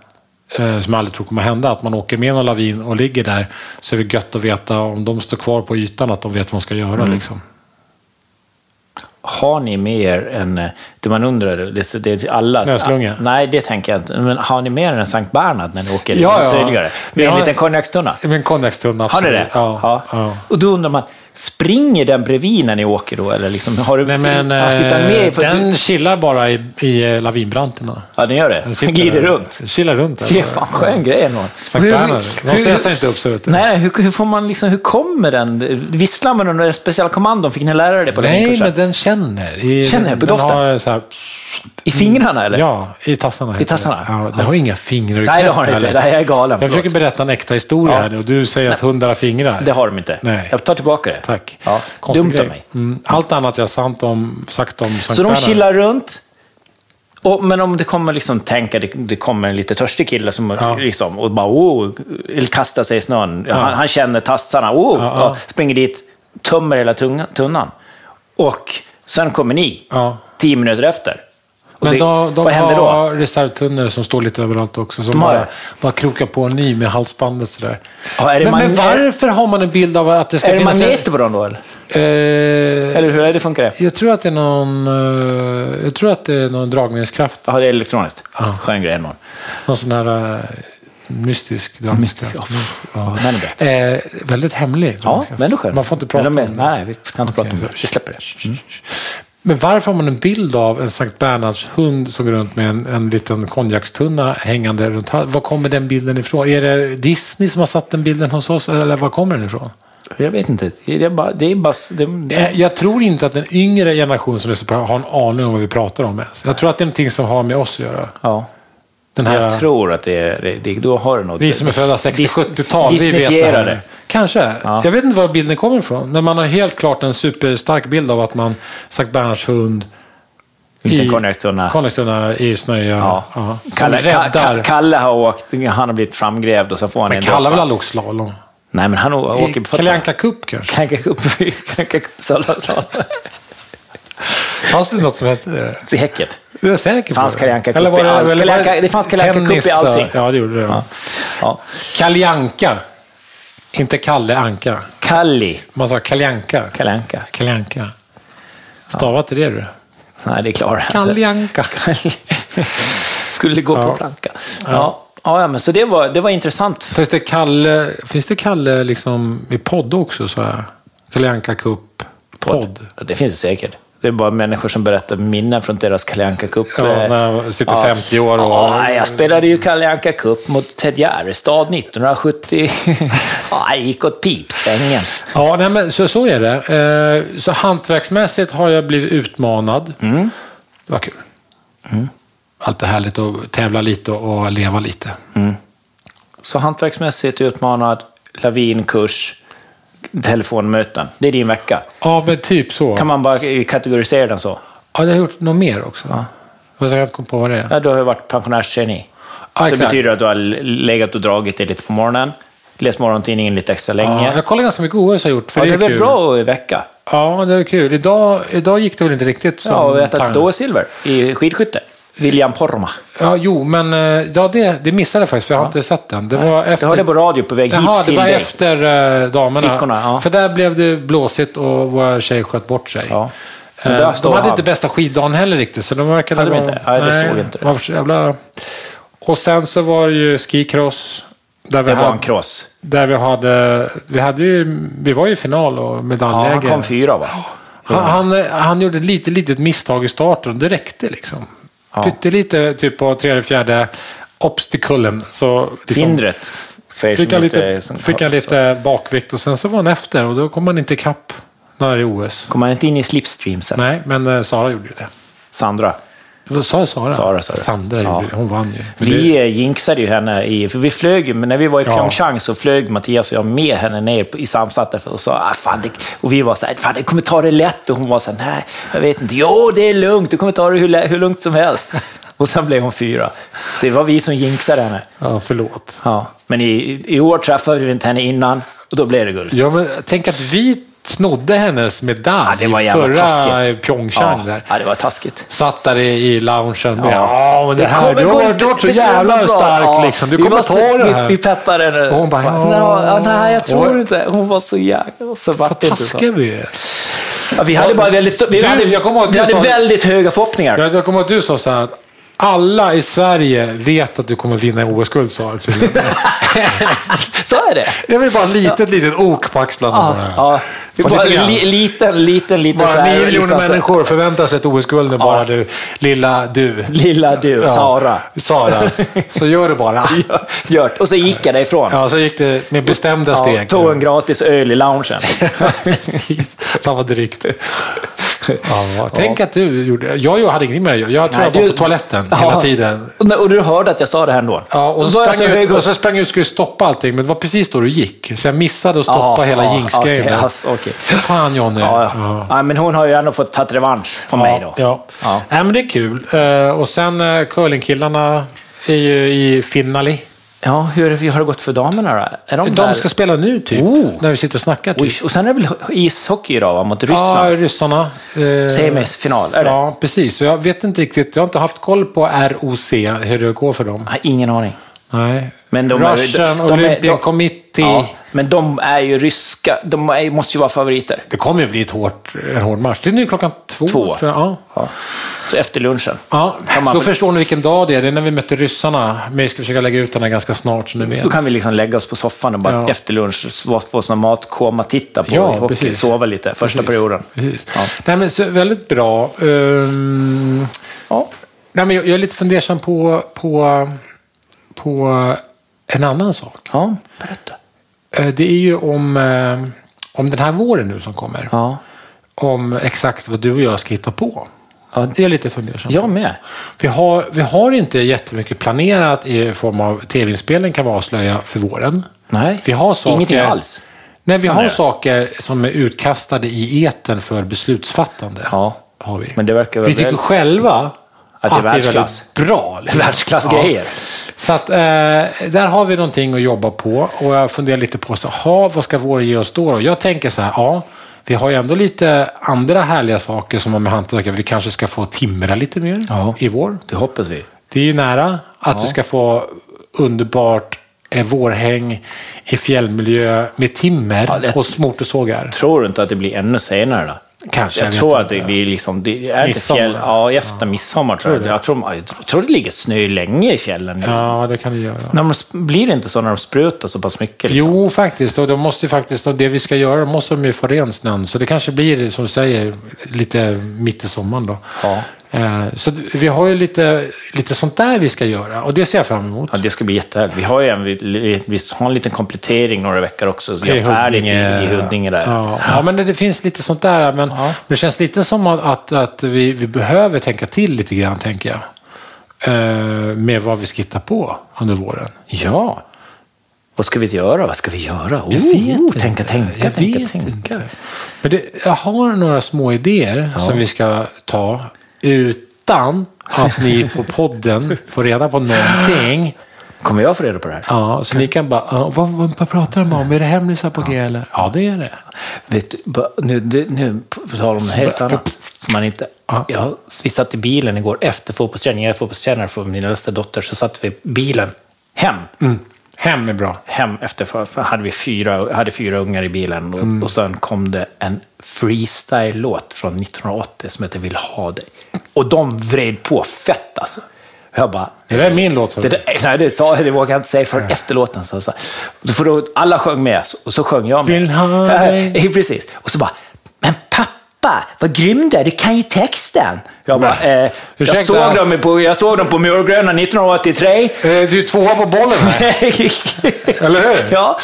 Speaker 1: eh, som jag aldrig tror kommer hända, att man åker med någon lavin och ligger där, så är det gött att veta om de står kvar på ytan, att de vet vad de ska göra. Liksom.
Speaker 2: Har ni med er en... eh, Det man undrar, det, det är till alla...
Speaker 1: Snöslunga?
Speaker 2: Nej, det tänker jag inte. Men har ni med er en Sankt Bernhard när ni åker
Speaker 1: Ja,
Speaker 2: lite
Speaker 1: ja.
Speaker 2: sydligare?
Speaker 1: Vi
Speaker 2: Med en
Speaker 1: har-
Speaker 2: liten konjakstunna?
Speaker 1: Men konjakstunna,
Speaker 2: Har ni
Speaker 1: absolut.
Speaker 2: det?
Speaker 1: Ja. ja.
Speaker 2: Och då undrar man, springer den bredvid när ni åker då? Eller liksom, har du...
Speaker 1: Nej, men
Speaker 2: ja, sitter den
Speaker 1: eh,
Speaker 2: med? För att
Speaker 1: den
Speaker 2: du...
Speaker 1: chillar bara i, i eh, lavinbranterna.
Speaker 2: Ja, den gör det. Den
Speaker 1: sitter
Speaker 2: glider
Speaker 1: där.
Speaker 2: runt.
Speaker 1: Chillar runt. där.
Speaker 2: Det är fan skön grej ändå.
Speaker 1: Sankt Bernhard. De stressar inte upp sig, vet du.
Speaker 2: Nej, hur, hur får man liksom, hur kommer den? Visslar man under speciella kommandon? Fick ni lära er det på den
Speaker 1: Nej,
Speaker 2: kursen?
Speaker 1: men den känner. I,
Speaker 2: Känner jag på
Speaker 1: den
Speaker 2: doften?
Speaker 1: Har så här,
Speaker 2: I fingrarna eller?
Speaker 1: ja, i tassarna. heter
Speaker 2: tassarna?
Speaker 1: Det. Ja, den har inga fingrar i
Speaker 2: Nej, det har den
Speaker 1: knäppen,
Speaker 2: inte.
Speaker 1: eller?
Speaker 2: Nej, jag är galen.
Speaker 1: Jag
Speaker 2: Förlåt.
Speaker 1: försöker berätta en äkta historia
Speaker 2: Ja.
Speaker 1: här nu och du säger att hundar har fingrar.
Speaker 2: Det har de inte.
Speaker 1: Nej.
Speaker 2: Jag tar tillbaka det.
Speaker 1: Tack.
Speaker 2: Ja.
Speaker 1: Konstig
Speaker 2: Dumt av
Speaker 1: grej.
Speaker 2: mig.
Speaker 1: Mm, allt annat jag sant om, sagt om Sankt
Speaker 2: Så de
Speaker 1: Bernhard.
Speaker 2: chillar runt. Och, men om det kommer, liksom, tänk att det, det kommer en lite törstig kille som
Speaker 1: Ja.
Speaker 2: liksom, och bara oh, eller kastar sig i snön. Han, han känner tassarna. Oh,
Speaker 1: Ja,
Speaker 2: och Springer dit, tömmer hela tunga, tunnan. Och sen kommer ni,
Speaker 1: Ja.
Speaker 2: tio minuter efter. Och
Speaker 1: Men
Speaker 2: det,
Speaker 1: då, de
Speaker 2: vad händer då?
Speaker 1: har reservtunnor som står lite överallt också. Som
Speaker 2: De har
Speaker 1: bara,
Speaker 2: det.
Speaker 1: bara krokar på en ny med halsbandet sådär.
Speaker 2: Ja, är det
Speaker 1: men, men
Speaker 2: magne-
Speaker 1: varför har man en bild av att det ska
Speaker 2: Är det
Speaker 1: finnas... en-
Speaker 2: magneter på dem då? Eller,
Speaker 1: Eh,
Speaker 2: eller hur är det funkar det?
Speaker 1: Jag tror att det är någon, eh, jag tror att det är någon dragningskraft.
Speaker 2: Ja, det är elektroniskt. Skön grej ändå.
Speaker 1: Någon sån här eh, mystisk
Speaker 2: Mystisk,
Speaker 1: dragningskraft.
Speaker 2: ja. Ja, den är bättre.
Speaker 1: Eh, väldigt hemlig.
Speaker 2: Ja,
Speaker 1: dragningskraft.
Speaker 2: men ändå skönt.
Speaker 1: Man får inte
Speaker 2: Men
Speaker 1: prata
Speaker 2: de är-
Speaker 1: om det.
Speaker 2: Nej, vi kan inte prata om det. Vi släpper det. Mm.
Speaker 1: Men varför har man en bild av en Sankt Bernhards hund som går runt med en, en liten konjakstunna hängande runt halsen? Var kommer den bilden ifrån? Är det Disney som har satt den bilden hos oss eller var kommer den ifrån?
Speaker 2: Jag vet inte. Det är bara... Det är bara det, det,
Speaker 1: Eh, Jag tror inte att den yngre generationen som lyssnar på det här har en aning om vad vi pratar om ens. Jag tror att det är någonting som har med oss att göra.
Speaker 2: ja.
Speaker 1: Den här,
Speaker 2: jag tror att det är... Det, det, då har du nog...
Speaker 1: Vi som är födda 60-70-tal, vi vet det
Speaker 2: Disneyfierade.
Speaker 1: här. Kanske. Jag vet inte var bilden kommer ifrån. Men man har helt klart en superstark bild av att man Sankt Bernhards hund
Speaker 2: Liten konjakstunna.
Speaker 1: Konjakstunna i snöja.
Speaker 2: Ja.
Speaker 1: Ja. Som
Speaker 2: Kalle, Ka- Ka-
Speaker 1: räddar.
Speaker 2: Kalle har åkt, han har blivit framgrävd och så får han
Speaker 1: Men
Speaker 2: en
Speaker 1: Kalle har väl
Speaker 2: droppa.
Speaker 1: aldrig åkt slalom?
Speaker 2: Nej, men han å- åker på
Speaker 1: Kalle
Speaker 2: fötterna.
Speaker 1: Anka Cup kanske?
Speaker 2: Kalle Anka Cup. Kalle Cup slalom, slalom.
Speaker 1: Fanns det något som hette det?
Speaker 2: Säkert.
Speaker 1: Jag är säker
Speaker 2: Fanns
Speaker 1: på
Speaker 2: Kalle Anka Cup i allt?
Speaker 1: eller var
Speaker 2: Kalle Anka- det fanns Kalle Anka Cup i
Speaker 1: tennis,
Speaker 2: allting.
Speaker 1: Ja, det gjorde det.
Speaker 2: Ja.
Speaker 1: Kalle Anka. Inte Kalle Anka.
Speaker 2: Kalli
Speaker 1: Man sa Kaljanka.
Speaker 2: Kalle Anka.
Speaker 1: Kaljanka. Stava inte det du.
Speaker 2: Nej, det klarar jag inte.
Speaker 1: Kaljanka.
Speaker 2: Skulle gå på
Speaker 1: Ja.
Speaker 2: planka. Ja. Ja, ja, men så det var, det var intressant.
Speaker 1: Finns det Kalle, finns det Kalle liksom i podd också? Så här? Kaljanka Cup podd.
Speaker 2: Det finns det säkert. Det är bara människor som berättar minnen från deras Kalle Anka Cup.
Speaker 1: Ja, när jag sitter 50 år och-
Speaker 2: Ja, nej, jag spelade ju Kalle Anka Cup mot Ted Gärdestad 1970. ja, jag gick åt pipsvängen.
Speaker 1: Ja, nej, men så, så är det. Eh, Så hantverksmässigt har jag blivit utmanad.
Speaker 2: Mm.
Speaker 1: Det var kul. Allt är härligt att tävla lite och leva lite.
Speaker 2: Så hantverksmässigt utmanad, lavinkurs, telefonmöten. Det är din vecka.
Speaker 1: Ja, men typ så.
Speaker 2: Kan man bara kategorisera den så?
Speaker 1: Ja, jag har gjort något mer också. Jag har inte kommit på vad det är.
Speaker 2: Ja, du har ju varit pensionärsgeni.
Speaker 1: Ja,
Speaker 2: så
Speaker 1: exakt.
Speaker 2: betyder det att du har legat och dragit dig lite på morgonen, läst morgontidningen lite extra länge.
Speaker 1: Ja, jag kollar ganska mycket OS jag har gjort. För
Speaker 2: Ja,
Speaker 1: det
Speaker 2: det
Speaker 1: är
Speaker 2: är väl
Speaker 1: kul.
Speaker 2: bra i vecka?
Speaker 1: Ja, det är kul. Idag, idag gick det väl inte riktigt som
Speaker 2: Ja, och äta
Speaker 1: tanken.
Speaker 2: ett silver i skidskytte. William Porma.
Speaker 1: Ja, jo, men eh, ja, det, det missade jag faktiskt, för jag har inte sett den. Det var efter...
Speaker 2: Jag hörde på radio på väg hit
Speaker 1: Jaha, det
Speaker 2: till
Speaker 1: var
Speaker 2: dig.
Speaker 1: efter eh, damerna.
Speaker 2: Flickorna, ja.
Speaker 1: För där blev det blåsigt och våra tjejer sköt bort sig.
Speaker 2: Ja. Men
Speaker 1: Eh,
Speaker 2: där
Speaker 1: De
Speaker 2: står
Speaker 1: hade
Speaker 2: han.
Speaker 1: inte bästa skiddagen heller riktigt, så de verkade...
Speaker 2: Hade de
Speaker 1: vara-
Speaker 2: inte? Nej, det såg inte det.
Speaker 1: var för jävla... Och sen så var det ju skicross. Där vi,
Speaker 2: Det var en
Speaker 1: hade,
Speaker 2: cross.
Speaker 1: där vi hade... Vi, hade ju, vi var ju i final och
Speaker 2: Ja, han
Speaker 1: medaljläge.
Speaker 2: kom fyra va?
Speaker 1: Han, han, eh, han gjorde ett litet, litet misstag i starten och det räckte liksom. Pyttelite, typ på tredje, fjärde obstaculen. Så liksom,
Speaker 2: Hindret. För er
Speaker 1: Fick
Speaker 2: som
Speaker 1: han
Speaker 2: inte-
Speaker 1: lite,
Speaker 2: som-
Speaker 1: fick han lite bakvikt och sen så var han efter och då kom han inte ikapp när i OS.
Speaker 2: Kom han inte in i slipstream sen?
Speaker 1: Nej, men eh, Sara gjorde ju det.
Speaker 2: Sandra.
Speaker 1: Vad sa jag Sara?
Speaker 2: Sara sa det.
Speaker 1: Sandra
Speaker 2: Ja.
Speaker 1: gjorde det. Hon vann ju. Men
Speaker 2: Vi eh, jinxade ju henne i... För vi flög ju, men när vi var i
Speaker 1: Ja.
Speaker 2: Pyeongchang så flög Mattias och jag med henne ner på- i Samsat och sa ah, fan, det, Och vi var så här, fan det kommer ta det lätt. Och hon var så här, nej, jag vet inte. Jo, det är lugnt. Du kommer ta det hur, lä- hur lugnt som helst. Och sen blev hon fyra. Det var vi som jinxade henne.
Speaker 1: det, ja, förlåt.
Speaker 2: Ja. Men i, i år träffade vi inte henne innan och då blev det guld.
Speaker 1: Ja, men tänk att vi snodde hennes medalj
Speaker 2: Ja, det var
Speaker 1: i
Speaker 2: jävla
Speaker 1: förra
Speaker 2: taskigt.
Speaker 1: Pyeongchang.
Speaker 2: ja.
Speaker 1: Där.
Speaker 2: ja, det var taskigt.
Speaker 1: Satt där i, i loungen. Ja. ja, men det, här.
Speaker 2: kommer
Speaker 1: Du
Speaker 2: gå-
Speaker 1: har varit så
Speaker 2: det kommer
Speaker 1: jävla
Speaker 2: bra.
Speaker 1: stark
Speaker 2: Ja,
Speaker 1: liksom. Du
Speaker 2: vi
Speaker 1: kommer
Speaker 2: var
Speaker 1: ta
Speaker 2: så-
Speaker 1: det
Speaker 2: Vi
Speaker 1: här.
Speaker 2: peppade henne.
Speaker 1: Och hon bara,
Speaker 2: nej,
Speaker 1: "Ja."
Speaker 2: nej, jag tror
Speaker 1: Och-
Speaker 2: inte. Hon var så jäkla... Och så vart
Speaker 1: Vad
Speaker 2: det inte så.
Speaker 1: taskiga vi är.
Speaker 2: Ja, vi hade bara väldigt, vi
Speaker 1: Du,
Speaker 2: hade,
Speaker 1: jag kommer ihåg att
Speaker 2: vi
Speaker 1: du
Speaker 2: hade
Speaker 1: sa-
Speaker 2: väldigt höga förhoppningar.
Speaker 1: Jag, jag kommer ihåg att du sa så här att alla i Sverige vet att du kommer vinna OS-guld, sa du tydligen.
Speaker 2: Så är det.
Speaker 1: Det är väl bara ett litet, litet ok på axlarna
Speaker 2: Ja,
Speaker 1: på det här.
Speaker 2: ja. Vi
Speaker 1: Bara
Speaker 2: bara
Speaker 1: lite grann.
Speaker 2: li, liten, liten, liten... så
Speaker 1: Bara
Speaker 2: här,
Speaker 1: nio miljoner
Speaker 2: liksom, så-
Speaker 1: människor förväntar sig ett OS-guld när bara du, lilla du.
Speaker 2: Lilla du,
Speaker 1: Ja,
Speaker 2: Sara.
Speaker 1: Sara. Så gör det bara.
Speaker 2: Ja, Gjort. Och så gick jag därifrån.
Speaker 1: Ja, så gick det med bestämda
Speaker 2: Ja,
Speaker 1: steg.
Speaker 2: tog en gratis öl i loungen.
Speaker 1: Precis. Fan vad drygt. Ja, tänk att du gjorde det. Jag hade ingenting med det Jag tror
Speaker 2: Nej,
Speaker 1: jag var
Speaker 2: du-
Speaker 1: på toaletten hela
Speaker 2: Ja.
Speaker 1: tiden.
Speaker 2: Och, och du hörde att jag sa det här ändå.
Speaker 1: Ja, och,
Speaker 2: Då var
Speaker 1: så
Speaker 2: jag
Speaker 1: sprang
Speaker 2: så
Speaker 1: jag ut,
Speaker 2: hög
Speaker 1: och så sprang jag ut och skulle stoppa allting, men det var precis då du gick. Så jag missade att stoppa
Speaker 2: Ja,
Speaker 1: hela
Speaker 2: ja,
Speaker 1: jinx-grejen.
Speaker 2: okej,
Speaker 1: där.
Speaker 2: ass, okej.
Speaker 1: Fan Johnny.
Speaker 2: Ja, ja. ja, men hon har ju ändå fått tagit revansch på mig då.
Speaker 1: Ja.
Speaker 2: Ja.
Speaker 1: Nej, men det är kul. Eh, och sen eh, curlingkillarna är ju i finale.
Speaker 2: Ja, hur har det gått för damerna då? Är de, där? Oh.
Speaker 1: De ska spela nu typ, när vi sitter och snackar. Typ.
Speaker 2: Oj, Och sen är det väl ishockey idag va, mot
Speaker 1: Ja,
Speaker 2: Ryssland?
Speaker 1: ryssarna. Eh,
Speaker 2: Semifinal, är det?
Speaker 1: Ja, precis. Så Jag vet inte riktigt. Jag har inte haft koll på ROC, hur det går för dem.
Speaker 2: Jag har ingen aning.
Speaker 1: Nej.
Speaker 2: Men de är-
Speaker 1: Russian
Speaker 2: de- de är- de-
Speaker 1: Olympian Committee.
Speaker 2: Ja, men de är ju ryska. De är, måste ju vara favoriter.
Speaker 1: Det kommer ju bli ett hårt, en hård match. Det är nu klockan två,
Speaker 2: Två.
Speaker 1: tror jag. Ja.
Speaker 2: Så efter lunchen.
Speaker 1: Ja,
Speaker 2: Kan man
Speaker 1: då
Speaker 2: för-
Speaker 1: förstår ni vilken dag det är. Det är när vi mötte ryssarna. Men jag ska försöka lägga ut den här ganska snart så ni vet.
Speaker 2: Då kan vi liksom lägga oss på soffan och bara
Speaker 1: Ja.
Speaker 2: efter lunch få- få sån mat, komma, titta på
Speaker 1: Ja,
Speaker 2: hockey,
Speaker 1: precis.
Speaker 2: sova lite första
Speaker 1: Precis.
Speaker 2: perioden.
Speaker 1: Precis.
Speaker 2: Ja.
Speaker 1: Nej, men så, väldigt bra. Ehm,
Speaker 2: Ja.
Speaker 1: nej, men jag, jag är lite fundersam på, på, på en annan sak.
Speaker 2: ja, berätta.
Speaker 1: Eh, det är ju om, eh, om den här våren nu som kommer.
Speaker 2: Ja.
Speaker 1: Om exakt vad du och jag ska hitta på.
Speaker 2: Ja.
Speaker 1: Det är jag lite fundersam på.
Speaker 2: Jag med.
Speaker 1: Vi har, vi har inte jättemycket planerat i form av tv-inspelning kan vi avslöja för våren.
Speaker 2: Nej,
Speaker 1: Vi har saker,
Speaker 2: ingenting alls.
Speaker 1: Nej, vi har
Speaker 2: Planerat.
Speaker 1: saker som är utkastade i eten för beslutsfattande.
Speaker 2: Ja.
Speaker 1: Har vi.
Speaker 2: Men det verkar väl
Speaker 1: vi tycker
Speaker 2: väl-
Speaker 1: själva
Speaker 2: det är världsklass.
Speaker 1: väldigt bra. liksom.
Speaker 2: Världsklassgrejer.
Speaker 1: Så att, eh, där har vi någonting att jobba på och jag funderar lite på så, ha, vad ska våren ge oss då, då? Jag tänker så här, ja, vi har ju ändå lite andra härliga saker som har med hantverk Vi kanske ska få timra lite mer
Speaker 2: Ja.
Speaker 1: i vår.
Speaker 2: Det hoppas vi.
Speaker 1: Det är ju nära att vi ska få underbart eh, vårhäng i fjällmiljö med timmer
Speaker 2: Ja, det-
Speaker 1: och motorsågar.
Speaker 2: Tror du inte att det blir ännu senare då?
Speaker 1: Kanske,
Speaker 2: jag,
Speaker 1: jag vet
Speaker 2: tror att det
Speaker 1: inte.
Speaker 2: blir liksom... Det är det
Speaker 1: Midsommar.
Speaker 2: fjäll, ja, efter midsommar tror jag. Jag tror, jag tror det ligger snö länge i fjällen nu.
Speaker 1: Ja, det kan det göra.
Speaker 2: När de, sp- blir det inte så när de sprutar så pass mycket? Liksom?
Speaker 1: Jo, faktiskt. Och de måste ju faktiskt, och det vi ska göra, måste de ju få ren snön. Så det kanske blir, som du säger, lite mitt i sommaren då.
Speaker 2: Ja.
Speaker 1: Eh, Så d- vi har ju lite, lite sånt där vi ska göra och det ser jag fram emot.
Speaker 2: Ja, det ska bli jättehärligt. Vi har ju en, vi, vi har en liten komplettering några veckor också. Så jag är färdig i, i Huddinge där.
Speaker 1: Ja, ja men det, det finns lite sånt där. Men det känns lite som att, att, att vi, vi behöver tänka till lite grann, tänker jag. Eh, med vad vi ska hitta på under våren.
Speaker 2: Ja. Vad ska vi göra? Vad ska vi göra? Oh, tänka, tänka,
Speaker 1: Jag
Speaker 2: tänka,
Speaker 1: vet
Speaker 2: tänka.
Speaker 1: inte. Men det, jag har några små idéer som vi ska ta utan att ni på podden får reda på någonting.
Speaker 2: Kommer jag få reda på det här?
Speaker 1: Ja, så ni kan bara, "Ja, vad, vad, vad pratar de om? Är det hemlisar på G eller? Ja, det är det.
Speaker 2: Vet du, ba- nu, det- nu på tal om något helt annat. Som man inte, jag, vi satt i bilen igår efter fotbollsträningen. Jag är fotbollstränare för min äldsta dotter. Så satt vi i bilen hem.
Speaker 1: Mm. Hem är bra.
Speaker 2: Hem efter för, för hade vi fyra, hade fyra ungar i bilen. Och,
Speaker 1: Mm.
Speaker 2: och sen kom det en freestyle-låt från 1980 som heter Vill ha dig. Och de vred på fett alltså. Jag bara,
Speaker 1: Det där är min låt. sa
Speaker 2: det
Speaker 1: du.
Speaker 2: där, nej, det, sa, det vågade jag inte säga förrän efter låten. Så, så. Då får då, alla sjöng med och så sjöng jag med.
Speaker 1: Vill ha dig.
Speaker 2: Ja, Precis. Och så bara, men pappa, vad grym du är, du kan ju texten. Jag bara, eh, jag,
Speaker 1: Ursäkta.
Speaker 2: såg dem på, jag såg dem på Murgröna 1983.
Speaker 1: Eh, Du är tvåa på bollen här. Eller hur?
Speaker 2: Ja,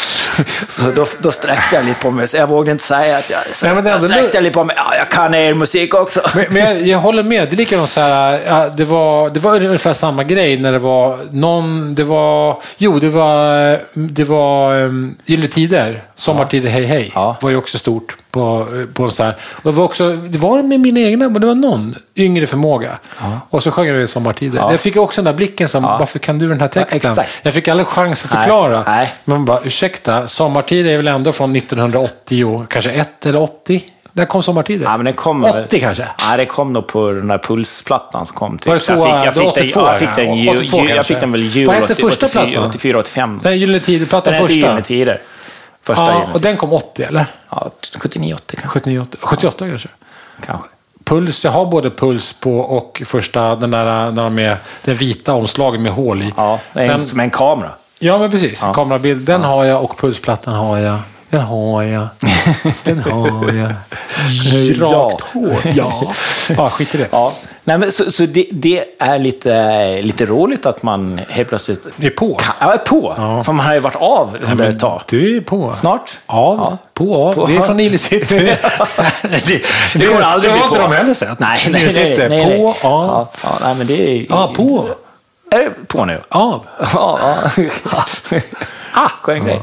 Speaker 2: så då, då sträckte jag lite på mig. Så jag vågade inte säga att jag... Så
Speaker 1: Nej, men det är
Speaker 2: jag
Speaker 1: ändå-
Speaker 2: sträckte lite på mig. Ja, jag kan er musik också.
Speaker 1: Men- Men jag, jag håller med. Det är likadant så här. ja, Det var, det var ungefär samma grej när det var någon... Det var... Jo, det var... eh, Det var um, Gyllene Tider. Sommartider, hej hej.
Speaker 2: Ja.
Speaker 1: Var ju också stort på, eh, på så här. Och det var också... Det var med mina egna, men det var någon yngre förmåga. Och så sjöng vi Sommartider. Jag fick ju också den där blicken som, varför kan du den här texten?
Speaker 2: exakt.
Speaker 1: jag fick aldrig chans att förklara.
Speaker 2: Nej, nej.
Speaker 1: Men man bara, ursäkta, Sommartider är väl ändå från 1980 och kanske 1 eller 80? Där kom Sommartider.
Speaker 2: Ja, men den kom,
Speaker 1: 80 kanske?
Speaker 2: Ja, det kom nog på den där Pulsplattan som kom. Typ.
Speaker 1: Var det
Speaker 2: Så jag fick, jag fick
Speaker 1: 82,
Speaker 2: den, ja, jag fick den, ju,
Speaker 1: 82
Speaker 2: ju, jag
Speaker 1: kanske?
Speaker 2: fick den väl i jul
Speaker 1: Vad hette
Speaker 2: 80,
Speaker 1: första
Speaker 2: 84,
Speaker 1: plattan?
Speaker 2: 84, 85.
Speaker 1: Den är Gyllene Tider-plattan
Speaker 2: Den hette
Speaker 1: första.
Speaker 2: Gyllene Tider. Första
Speaker 1: Ja,
Speaker 2: Gyllene
Speaker 1: och den kom 80 eller?
Speaker 2: Tider. Ja, 79, 80 kanske.
Speaker 1: 78, 78 kanske.
Speaker 2: kanske.
Speaker 1: Puls, jag har både Puls på och första, den där när de är, den vita omslaget med hål i.
Speaker 2: Ja, en,
Speaker 1: den,
Speaker 2: som en kamera.
Speaker 1: ja men precis. Kamerabild. Den har jag och Pulsplattan har jag. Den har jag. Den har jag. Rakt hår. Ja. ja, skit i det.
Speaker 2: Ja. Nej, men, så så det, det är lite, lite roligt att man helt plötsligt
Speaker 1: Det är på.
Speaker 2: kan, ja, är på. För man har ju varit av under ett tag.
Speaker 1: Du är på.
Speaker 2: Snart.
Speaker 1: Av.
Speaker 2: Ja.
Speaker 1: På av.
Speaker 2: På.
Speaker 1: Det är från Nile City. det,
Speaker 2: Det kommer aldrig
Speaker 1: det
Speaker 2: bli
Speaker 1: har
Speaker 2: på.
Speaker 1: inte de heller sett.
Speaker 2: Nej, nej,
Speaker 1: Nile
Speaker 2: nej. nej,
Speaker 1: City.
Speaker 2: nej.
Speaker 1: På, av.
Speaker 2: Ja, ja, nej, men det är...
Speaker 1: Ja, på.
Speaker 2: Är det på nu?
Speaker 1: Av.
Speaker 2: Ja, ja. ah, skön grej.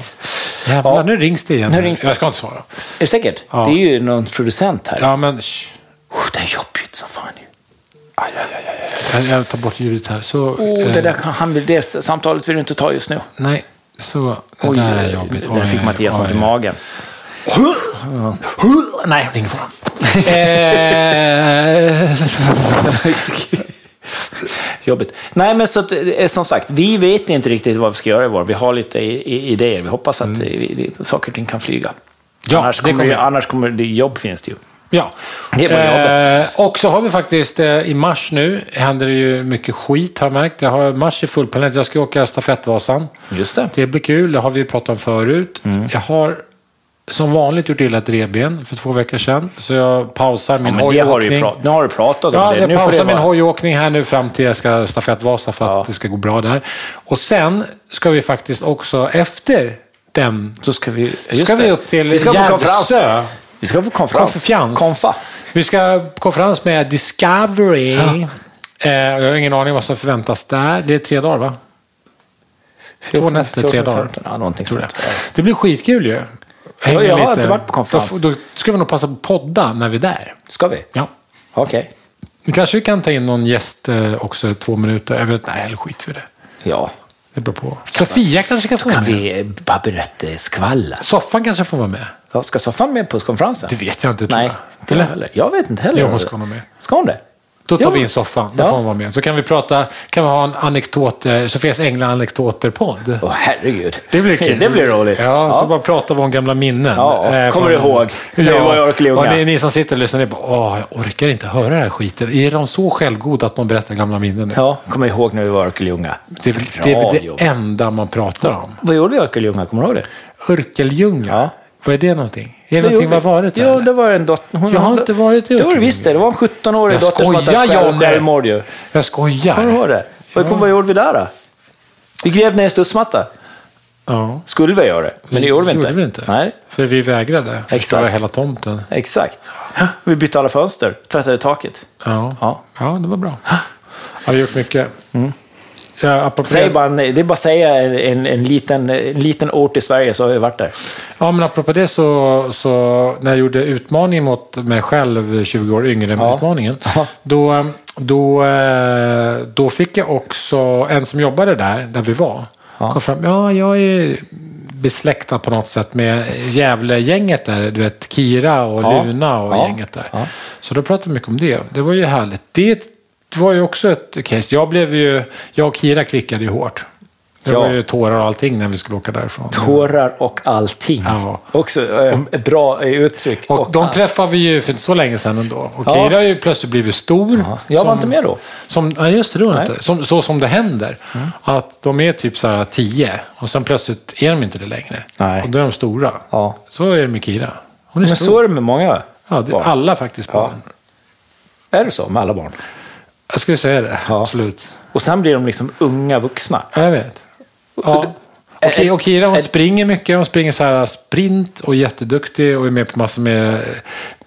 Speaker 1: Jävlar, nu rings det igen.
Speaker 2: Nu rings det.
Speaker 1: Jag ska inte svara.
Speaker 2: Är det säkert? Det är ju någon producent här.
Speaker 1: Ja, men... shh.
Speaker 2: Oh, det är jobbigt som fan ju. Aj, aj, aj, aj.
Speaker 1: Jag, jag tar bort ljudet här. Så,
Speaker 2: Oh, det
Speaker 1: eh,
Speaker 2: där kan, han vill, det samtalet vill du inte ta just nu.
Speaker 1: Nej, så... Det
Speaker 2: Oj,
Speaker 1: där är jobbigt.
Speaker 2: där fick Mattias ont i magen.
Speaker 1: Nej, ingen fara. Eh,
Speaker 2: Jobbigt. Nej, men så, att, eh, som sagt, vi vet inte riktigt vad vi ska göra i vår. Vi har lite i, i, idéer. Vi hoppas att mm. saker och ting kan flyga.
Speaker 1: Ja,
Speaker 2: annars
Speaker 1: det
Speaker 2: kommer,
Speaker 1: kommer
Speaker 2: ju-
Speaker 1: jag.
Speaker 2: annars kommer det, jobb finns det ju.
Speaker 1: Ja.
Speaker 2: Det är bara
Speaker 1: eh, och så har vi faktiskt eh, i mars nu, händer det ju mycket skit har jag märkt. Jag har, mars är fullplanerat. Jag ska åka Stafettvasan.
Speaker 2: Just det.
Speaker 1: Det blir kul, det har vi pratat om förut.
Speaker 2: Mm.
Speaker 1: Jag har som vanligt gjort illa ett revben för två veckor sedan. Så jag pausar min
Speaker 2: Men det har du ju
Speaker 1: hojåkning.
Speaker 2: pra- nu har du pratat om
Speaker 1: Ja,
Speaker 2: det.
Speaker 1: jag
Speaker 2: Nu får det
Speaker 1: pausar min
Speaker 2: vara-
Speaker 1: hojåkning här nu fram till jag ska stafettvasa för att
Speaker 2: Ja.
Speaker 1: det ska gå bra där. Och sen ska vi faktiskt också efter den
Speaker 2: Så ska vi... Just
Speaker 1: Ska
Speaker 2: det.
Speaker 1: vi upp till
Speaker 2: vi ska på
Speaker 1: Järvsö?
Speaker 2: konferens. Vi ska på konferens.
Speaker 1: Konferens.
Speaker 2: Konfa.
Speaker 1: Vi ska på konferens med Discovery. Eh, jag har ingen aning vad som förväntas där. Det är tre dagar va? Två nätter, tre
Speaker 2: 14,
Speaker 1: dagar.
Speaker 2: 15, Ja, någonting sånt.
Speaker 1: Det blir skitkul ju. Hänger
Speaker 2: jag har inte varit på konferens.
Speaker 1: Då, får- då ska vi nog passa på att podda när vi är där.
Speaker 2: Ska vi?
Speaker 1: Ja.
Speaker 2: Okej.
Speaker 1: Vi kanske kan ta in någon gäst eh, också två minuter. Jag vet, nej, eller skit vi i det.
Speaker 2: Ja.
Speaker 1: Det beror på. Sofia kanske kan få vara
Speaker 2: Kan
Speaker 1: med.
Speaker 2: vi eh, babiretteskvalla?
Speaker 1: Soffan kanske får vara med.
Speaker 2: Ja, Ska Soffan med på konferensen?
Speaker 1: Det vet jag inte. tror
Speaker 2: Nej,
Speaker 1: jag.
Speaker 2: inte jag heller. Jag vet inte heller.
Speaker 1: Jo, hon ska nog med.
Speaker 2: Ska hon det?
Speaker 1: Då tar
Speaker 2: Ja.
Speaker 1: vi in soffan. Då
Speaker 2: Ja.
Speaker 1: får hon vara med. Så kan vi prata, kan vi ha en anekdoter, Sofias ängla anekdoter-podd.
Speaker 2: Åh, herregud.
Speaker 1: Det blir kul.
Speaker 2: Det blir roligt.
Speaker 1: Ja, så bara prata om gamla minnen. Eh,
Speaker 2: Ja, kommer du
Speaker 1: från-
Speaker 2: ihåg? När vi var i Örkelljunga.
Speaker 1: Och ni, ni som sitter och lyssnar, ni bara åh, jag orkar inte höra den här skiten. Är de så självgoda att de berättar gamla minnen nu?
Speaker 2: Ja, kommer jag ihåg när vi var i Örkelljunga.
Speaker 1: Det är väl det, är väl
Speaker 2: Radio.
Speaker 1: det enda man pratar om.
Speaker 2: Vad gjorde vi i Örkelljunga? Kommer du ihåg det?
Speaker 1: Örkelljunga,
Speaker 2: Ja.
Speaker 1: vad är det någonting? Är det någonting vi har varit där?
Speaker 2: där? Ja,
Speaker 1: eller?
Speaker 2: det var en dotter. Hon,
Speaker 1: Jag har inte varit i
Speaker 2: Det var det
Speaker 1: Örkelljunga.
Speaker 2: visst det. Det var en 17-årig
Speaker 1: Jag
Speaker 2: dotter som hade
Speaker 1: skojar,
Speaker 2: tagit själv-
Speaker 1: Janne.
Speaker 2: självmord ju.
Speaker 1: Jag skojar.
Speaker 2: Kommer du ihåg det? Vad, vad gjorde vi där då? Vi grävde ner en studsmatta.
Speaker 1: Ja.
Speaker 2: Skulle vi göra det, men det gjorde vi inte.
Speaker 1: Gjorde vi inte.
Speaker 2: Nej,
Speaker 1: För vi vägrade förstöra
Speaker 2: Exakt.
Speaker 1: hela tomten.
Speaker 2: exakt. Vi bytte alla fönster, tvättade taket.
Speaker 1: Ja, ja.
Speaker 2: Ja. Mm.
Speaker 1: det var bra. Jag har gjort mycket. Jag
Speaker 2: Säg
Speaker 1: approprierade,
Speaker 2: bara, nej, det är bara att säga en, en, liten, en liten ort i Sverige så har vi varit där.
Speaker 1: Ja, men apropå det så, så när jag gjorde utmaningen mot mig själv, 20 år yngre, med
Speaker 2: Ja.
Speaker 1: utmaningen,
Speaker 2: Ja.
Speaker 1: då, då, eh, då fick jag också en som jobbade där, där vi var,
Speaker 2: Ja.
Speaker 1: kom fram. Ja, jag är besläktad på något sätt med Gävle-gänget där, du vet Kira och
Speaker 2: Ja.
Speaker 1: Luna och
Speaker 2: Ja.
Speaker 1: gänget där.
Speaker 2: Ja.
Speaker 1: Så då pratade vi mycket om det. Det var ju härligt. Det var ju också ett case. Jag blev ju, jag och Kira klickade ju hårt. Det
Speaker 2: Ja.
Speaker 1: var ju tårar och allting när vi skulle åka därifrån.
Speaker 2: Tårar och allting.
Speaker 1: Ja.
Speaker 2: Också eh, ett bra eh, uttryck.
Speaker 1: Och, de
Speaker 2: allt.
Speaker 1: träffade vi ju för inte så länge sedan ändå. Och
Speaker 2: Ja.
Speaker 1: Kira har ju plötsligt blivit stor.
Speaker 2: Jag var
Speaker 1: Som-
Speaker 2: inte med då.
Speaker 1: Som, nej, just det. Då var jag
Speaker 2: Nej. Mm.
Speaker 1: inte. Som, så som det händer. Att de är typ så här tio och sen plötsligt är de inte det längre.
Speaker 2: Nej.
Speaker 1: Och då är de stora.
Speaker 2: Ja.
Speaker 1: Så är det med Kira. Hon är
Speaker 2: Men
Speaker 1: stor.
Speaker 2: så är det med många
Speaker 1: ja, det,
Speaker 2: barn.
Speaker 1: alla faktiskt barn.
Speaker 2: Är det så med alla barn?
Speaker 1: Jag skulle säga det.
Speaker 2: Ja.
Speaker 1: Absolut.
Speaker 2: Och sen blir de liksom unga vuxna.
Speaker 1: Ja, jag vet. Ja. Och, Ki- och Kira hon springer mycket. Hon springer så här sprint och är jätteduktig och är med på massor med eh,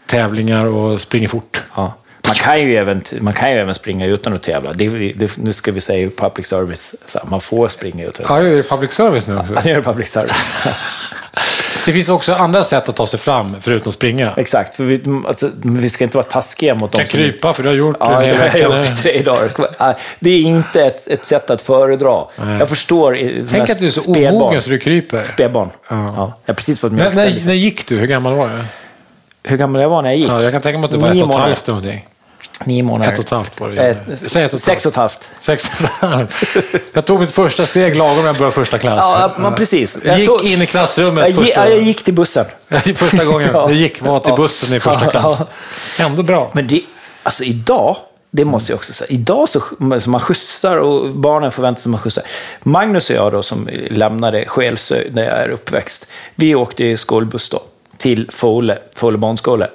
Speaker 1: tävlingar och springer fort.
Speaker 2: Ja. Man, kan ju även, man kan ju även springa utan att tävla. Det, det, nu ska vi säga i public service, så här, man får springa utan att
Speaker 1: Ja, det är public service nu också.
Speaker 2: tävla. Nu är det public service.
Speaker 1: Det finns också andra sätt att ta sig fram förutom att springa. Du
Speaker 2: Exakt, för vi, alltså, vi ska inte vara taskiga mot dem
Speaker 1: kan krypa för du har gjort
Speaker 2: Ja,
Speaker 1: en
Speaker 2: det
Speaker 1: hel
Speaker 2: har jag
Speaker 1: vecka nu.
Speaker 2: gjort i tre dagar. Ja, Det är inte ett, ett sätt att föredra. Jag förstår i- såna
Speaker 1: Tänk
Speaker 2: här
Speaker 1: att du är så
Speaker 2: spädbarn.
Speaker 1: omogen så du kryper.
Speaker 2: Spädbarn.
Speaker 1: Ja.
Speaker 2: Ja. Jag har precis fått
Speaker 1: När, när,
Speaker 2: mjölktennis.
Speaker 1: när gick du? Hur gammal var du?
Speaker 2: Hur gammal jag var när jag gick?
Speaker 1: Ja, jag kan tänka mig att du var
Speaker 2: Nio
Speaker 1: ett och ett
Speaker 2: månader.
Speaker 1: halvt eller någonting.
Speaker 2: Nio månader.
Speaker 1: Ett och ett halvt var det.
Speaker 2: Eh,
Speaker 1: Säg ett och ett
Speaker 2: sex och ett halvt.
Speaker 1: Sex och ett halvt. Jag tog mitt första steg lagom när jag började första klass.
Speaker 2: Ja, men precis.
Speaker 1: Jag
Speaker 2: Jag
Speaker 1: gick
Speaker 2: tog-
Speaker 1: in i klassrummet
Speaker 2: Jag, gi-
Speaker 1: första,
Speaker 2: ja, jag gick till bussen.
Speaker 1: första gången.
Speaker 2: Ja.
Speaker 1: Det gick var till
Speaker 2: Ja.
Speaker 1: bussen i första
Speaker 2: Ja.
Speaker 1: klass. Ändå bra.
Speaker 2: Men det, alltså idag, det måste jag också säga, idag så, så man skjutsar och barnen förväntar sig att man skjutsar. Magnus och jag då som lämnade Skälsö där jag är uppväxt, vi åkte i skolbuss då till Fole, Fole barnskola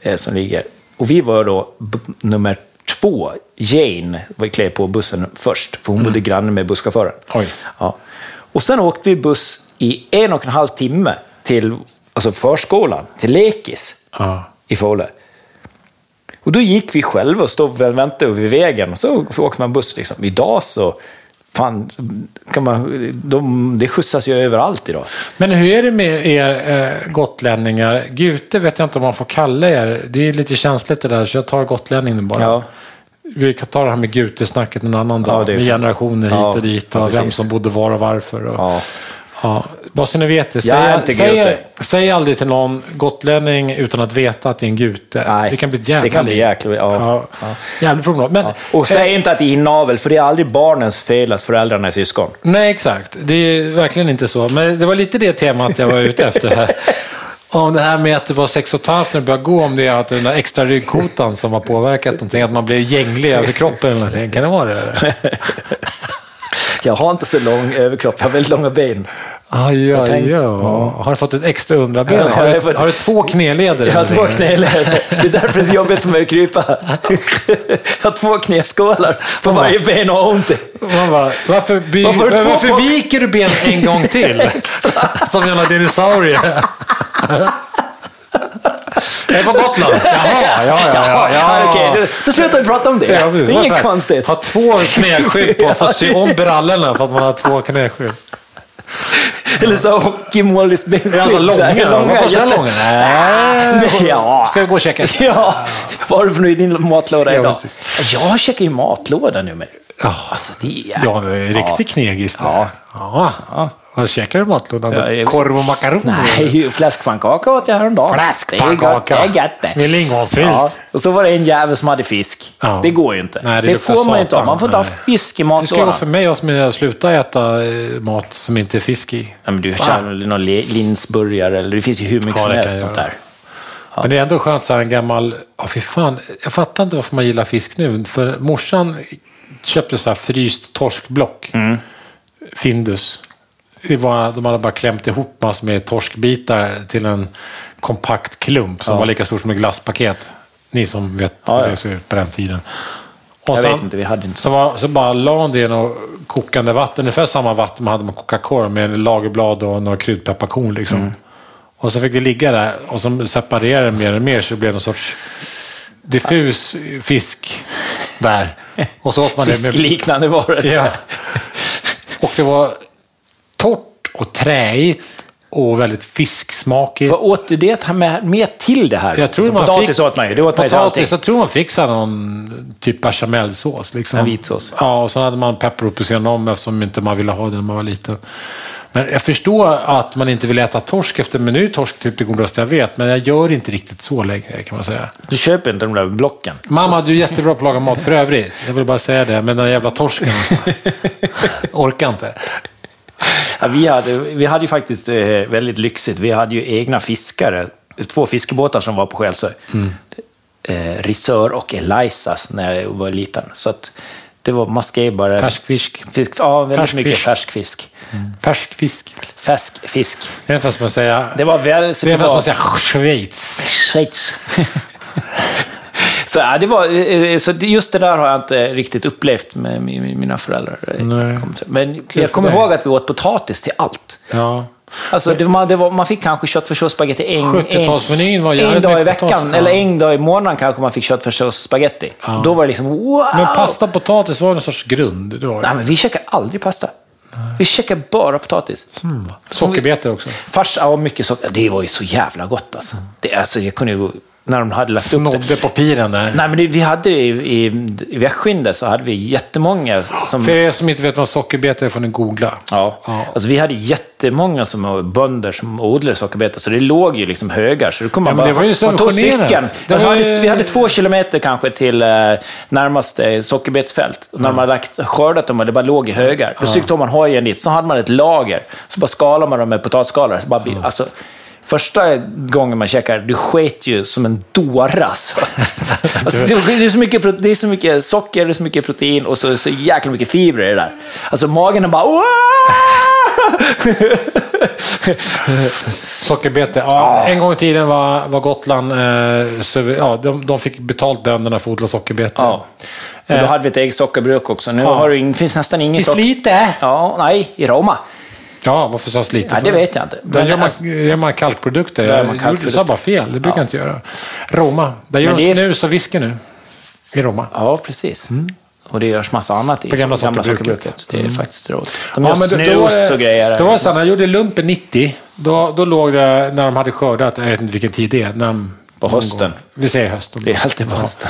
Speaker 2: eh, som ligger. Och vi var då b- nummer två, Jane var klev på bussen först, för hon bodde granne med busschauffören.
Speaker 1: Oj.
Speaker 2: Ja. Och sen åkte vi buss i en och en halv timme till alltså förskolan, till lekis
Speaker 1: Ja.
Speaker 2: i Fole. Och då gick vi själva och stod och väntade vid vägen och så åkte man buss. Liksom. Idag så, fan, kan man, de, det skjutsas ju överallt idag.
Speaker 1: Men hur är det med er eh, gotlänningar? Gute vet jag inte om man får kalla er. Det är lite känsligt det där, så jag tar gotlänning nu bara.
Speaker 2: Ja.
Speaker 1: Vi kan ta det här med Gute-snacket en annan dag.
Speaker 2: Ja, det är
Speaker 1: med
Speaker 2: klart.
Speaker 1: generationer hit
Speaker 2: Ja,
Speaker 1: och dit
Speaker 2: ja,
Speaker 1: och vem
Speaker 2: precis.
Speaker 1: som bodde var och varför. Och,
Speaker 2: Ja.
Speaker 1: Ja. Bara så ni vet det.
Speaker 2: Jag är
Speaker 1: Säg,
Speaker 2: inte
Speaker 1: säg,
Speaker 2: Gute.
Speaker 1: säg aldrig till någon gotlänning utan att veta att det är en Gute.
Speaker 2: Nej,
Speaker 1: det kan bli ett jävla
Speaker 2: det kan bli
Speaker 1: liv.
Speaker 2: jäkla- ja.
Speaker 1: Ja. Jävligt problematiskt. Men, Eh,
Speaker 2: Och säg inte att det är inavel, för det är aldrig barnens fel att föräldrarna är syskon.
Speaker 1: Nej, exakt. Det är verkligen inte så. Men det var lite det temat jag var ute efter här. Om det här med att du var sex och ett halvt när du började gå, om det är att den där extra ryggkotan som har påverkat någonting, att man blir gänglig över kroppen eller någonting. Kan det vara det? eller?
Speaker 2: Jag har inte så lång överkropp, jag har väldigt långa ben.
Speaker 1: Aj, aj,
Speaker 2: tänkt-
Speaker 1: aj. Har du fått ett extra underben?
Speaker 2: Ja, jag
Speaker 1: Har
Speaker 2: har
Speaker 1: du,
Speaker 2: fått-
Speaker 1: har du två knäleder?
Speaker 2: Jag har
Speaker 1: eller
Speaker 2: två
Speaker 1: någonting?
Speaker 2: knäleder, det är därför det är så jobbigt för mig att krypa. Jag har två knäskålar på varje ben och har ont i.
Speaker 1: Man bara, varför, by,
Speaker 2: Varför har du två
Speaker 1: varför
Speaker 2: på-
Speaker 1: viker du benen en gång till? Som en jävla dinosaurie. Jag är på Gotland. Jaha, ja, ja, ja. ja.
Speaker 2: Ja, okej, det- så sluta prata om det.
Speaker 1: Ja,
Speaker 2: det
Speaker 1: precis.
Speaker 2: är
Speaker 1: Så
Speaker 2: inget
Speaker 1: här,
Speaker 2: konstigt.
Speaker 1: Ha två knäskydd på, få sy om brallorna så att man har två knäskydd.
Speaker 2: Eller så hockeymålisbild.
Speaker 1: Det är alltså långa. Varför är så här långa? Nej.
Speaker 2: Ja.
Speaker 1: Ska vi gå och checka?
Speaker 2: Ja, vad har du för nu i din matlåda
Speaker 1: Ja,
Speaker 2: idag?
Speaker 1: precis.
Speaker 2: Jag checkar ju matlåda nu. Men... Alltså, det är...
Speaker 1: Ja, det är riktigt knegis.
Speaker 2: Ja.
Speaker 1: Ja. Vad käkar du i matlådan?
Speaker 2: Ja, jag-
Speaker 1: Korv och makaroner?
Speaker 2: Nej, fläskpannkaka åt jag häromdagen.
Speaker 1: Fläskpannkaka.
Speaker 2: Det är gott, det. Är gött det.
Speaker 1: Med lingonsylt.
Speaker 2: Ja, och så var det en jävel som hade fisk.
Speaker 1: Ja.
Speaker 2: Det går ju inte.
Speaker 1: Nej, det
Speaker 2: det
Speaker 1: luktar
Speaker 2: får man ju inte ha.
Speaker 1: satan.
Speaker 2: Man får inte ha
Speaker 1: Nej.
Speaker 2: fisk i
Speaker 1: Hur ska det gå
Speaker 2: matlådan.
Speaker 1: för mig och som jag slutar äta eh, mat som inte är fisk i?
Speaker 2: Nej, men du kör väl någon li- linsburgare eller det finns ju hur mycket
Speaker 1: Ah.
Speaker 2: som
Speaker 1: Ja, det kan
Speaker 2: helst
Speaker 1: jag
Speaker 2: sånt
Speaker 1: göra.
Speaker 2: där.
Speaker 1: Men det är ändå skönt så här en gammal... Ja, fy fan. Jag fattar inte varför man gillar fisk nu. För morsan köpte så här fryst torskblock.
Speaker 2: Mm.
Speaker 1: Findus. Det var, de hade bara klämt ihop massor med torskbitar till en kompakt klump som var lika stor som ett glasspaket. Ni som vet
Speaker 2: Ja,
Speaker 1: hur
Speaker 2: ja.
Speaker 1: det såg ut på den tiden. Och
Speaker 2: Jag
Speaker 1: sen-
Speaker 2: vet inte, vi hade inte så.
Speaker 1: Så, var, så bara la hon det i något kokande vatten, ungefär samma vatten man hade med Coca-Cola med lagerblad och några kryddpepparkorn. Liksom.
Speaker 2: Mm.
Speaker 1: Och så fick det ligga där och så separerade det mer och mer så det blev någon sorts diffus fisk där. Och så åt man det med...
Speaker 2: Fiskliknande varelser.
Speaker 1: Ja. Och det var torrt och träigt och väldigt fisksmakigt.
Speaker 2: Vad åt du det här med, med till det här?
Speaker 1: Jag tror man
Speaker 2: Alltså, potatis
Speaker 1: fick,
Speaker 2: åt man ju. Det åt man ju till allting.
Speaker 1: potatis, jag tror man fick så här någon typ bechamelsås. Liksom.
Speaker 2: En vit sås.
Speaker 1: Ja, och så hade man pepparrot på sidan om eftersom inte man ville ha det när man var liten. Men jag förstår att man inte vill äta torsk efter, men nu är torsk typ det godaste jag vet, men jag gör inte riktigt så längre kan man säga.
Speaker 2: Du köper inte de där blocken.
Speaker 1: Mamma, du är jättebra på att laga mat för övrigt. Jag vill bara säga det, men den jävla torsken. Orkar inte.
Speaker 2: Ja, vi, hade, vi hade ju faktiskt eh, väldigt lyxigt. Vi hade ju egna fiskare. Två fiskebåtar som var på Själsö. Eh, Risör och Eliza när jag var liten. Så att det var, man skrev bara...
Speaker 1: Färskfisk.
Speaker 2: Fisk, ja, väldigt
Speaker 1: Färsk
Speaker 2: mycket
Speaker 1: fisk.
Speaker 2: färsk fisk.
Speaker 1: Färsk fisk.
Speaker 2: Färsk fisk.
Speaker 1: Det är ungefär som att säga...
Speaker 2: Det var väldigt...
Speaker 1: Det är ungefär som att säga Schweiz.
Speaker 2: Schweiz. så, ja, det var, eh, så det- just det där har jag inte riktigt upplevt med mi- mi- mina föräldrar. eh,
Speaker 1: Nej.
Speaker 2: kom till. Men
Speaker 1: för
Speaker 2: jag kommer
Speaker 1: dig.
Speaker 2: ihåg att vi åt potatis till allt.
Speaker 1: Ja.
Speaker 2: Alltså, det, man, det var, man fick kanske köttfärssåsspagetti en,
Speaker 1: 70-talsmenyn var
Speaker 2: en, en
Speaker 1: jävligt
Speaker 2: dag i
Speaker 1: mycket
Speaker 2: veckan,
Speaker 1: potatis, ja.
Speaker 2: eller en dag i månaden kanske man fick köttfärssåsspagetti. Då var det liksom wow!
Speaker 1: Men pasta och potatis var en sorts grund. Det var det.
Speaker 2: Nej, men vi käkar aldrig pasta. Vi käkar bara potatis.
Speaker 1: Mm. Sockerbetor också.
Speaker 2: Fars, ja, mycket socker. Det var ju så jävla gott alltså. Det, alltså jag kunde ju, när de hade lagt upp det.
Speaker 1: Snodde på piren där.
Speaker 2: Nej, men det, vi hade i, i, i Västskynde så hade vi jättemånga som...
Speaker 1: För er som inte vet vad sockerbete är får ni googla.
Speaker 2: Ja. Alltså, vi hade jättemånga som var bönder som odlade sockerbetor, så det låg ju liksom högar. Så det kom man
Speaker 1: men
Speaker 2: bara,
Speaker 1: det var ju
Speaker 2: man tog
Speaker 1: subventionerat.
Speaker 2: cykeln.
Speaker 1: Det
Speaker 2: Alltså,
Speaker 1: var
Speaker 2: vi,
Speaker 1: ju-
Speaker 2: hade, vi hade två kilometer kanske till eh, närmaste sockerbetsfält. Och när man hade lagt, skördat dem och det bara låg i högar, då ja. tog man hojen dit. Så hade man ett lager, så bara skalade man dem med potatisskalare. Så bara, blir- alltså, Första gången man käkar, du sket ju som en dåre alltså. alltså det, var- det, är så mycket, pro- det är så mycket socker, det är så mycket protein och så, så jäkla mycket fibrer i det där. Alltså magen är bara...
Speaker 1: Sockerbete. Ja, En gång i tiden var, var Gotland... Eh, så, vi- ja, de, de fick betalt bönderna för att odla sockerbetor.
Speaker 2: Ja. Men då hade vi ett eget sockerbruk också. Nu har du, in- finns nästan ingen socker...
Speaker 1: Slite!
Speaker 2: Ja, nej, i Roma.
Speaker 1: Ja, varför sa jag Slite?
Speaker 2: Nej, det
Speaker 1: för?
Speaker 2: vet jag inte.
Speaker 1: Där
Speaker 2: Men
Speaker 1: gör man,
Speaker 2: alltså-
Speaker 1: gör man kalkprodukter.
Speaker 2: Där gör man
Speaker 1: jag gjorde-
Speaker 2: kalkprodukter.
Speaker 1: sa bara fel. Det brukar
Speaker 2: Ja.
Speaker 1: jag inte göra. Roma. Där gör
Speaker 2: Men
Speaker 1: de
Speaker 2: det är-
Speaker 1: snus och whisky nu. I Roma.
Speaker 2: Ja, precis. Mm. Och det görs massa annat i
Speaker 1: På gamla sockerbruket. Mm.
Speaker 2: Så Det är faktiskt roligt. De
Speaker 1: Ja,
Speaker 2: gör
Speaker 1: men då-
Speaker 2: snus
Speaker 1: då var det-
Speaker 2: och grejer.
Speaker 1: Då var det så här, när jag gjorde lumpen 90, då, då låg det, när de hade skördat, jag vet inte vilken tid det är. När de,
Speaker 2: På
Speaker 1: någon gång.
Speaker 2: hösten.
Speaker 1: vi säger hösten.
Speaker 2: Det är alltid på hösten.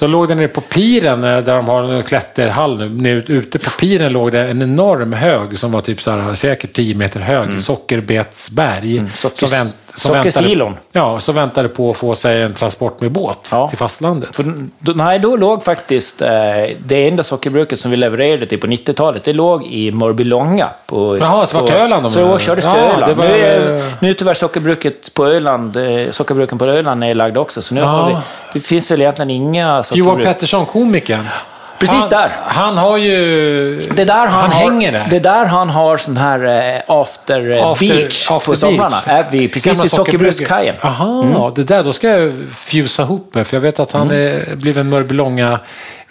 Speaker 1: Då låg det nere på piren, eh, där de har en klätterhall nu. Nere ut- Ute på piren låg det en enorm hög som var typ så här, säkert 10 meter hög,
Speaker 2: Mm.
Speaker 1: sockerbetsberg.
Speaker 2: Sockers-
Speaker 1: som vänt- som
Speaker 2: sockersilon.
Speaker 1: väntade- Ja, som väntade på att få sig en transport med båt
Speaker 2: Ja.
Speaker 1: till fastlandet.
Speaker 2: För, då, nej, då låg faktiskt eh, det enda sockerbruket som vi levererade till på 90-talet, det låg i Mörbylånga. På,
Speaker 1: Jaha, så var
Speaker 2: på-
Speaker 1: till Öland de-
Speaker 2: Så då kördes till
Speaker 1: Ja, det
Speaker 2: Öland.
Speaker 1: var-
Speaker 2: nu, är, nu är tyvärr sockerbruket på Öland, eh, sockerbruken på Öland nedlagda också, så nu har vi, det finns väl egentligen inga
Speaker 1: Johan
Speaker 2: sockerbruk.
Speaker 1: Pettersson, komikern.
Speaker 2: Precis
Speaker 1: han,
Speaker 2: där.
Speaker 1: Han har ju...
Speaker 2: Det är där han, har,
Speaker 1: hänger där.
Speaker 2: Det är där han har sån här eh, after, eh,
Speaker 1: After-
Speaker 2: beach
Speaker 1: after
Speaker 2: på somrarna.
Speaker 1: beach.
Speaker 2: Är vi precis
Speaker 1: Gamla
Speaker 2: vid sockerbrukskajen.
Speaker 1: Aha,
Speaker 2: Mm.
Speaker 1: det där. Då ska jag fjusa ihop mig, för jag vet att han är, blev en Mörbylånga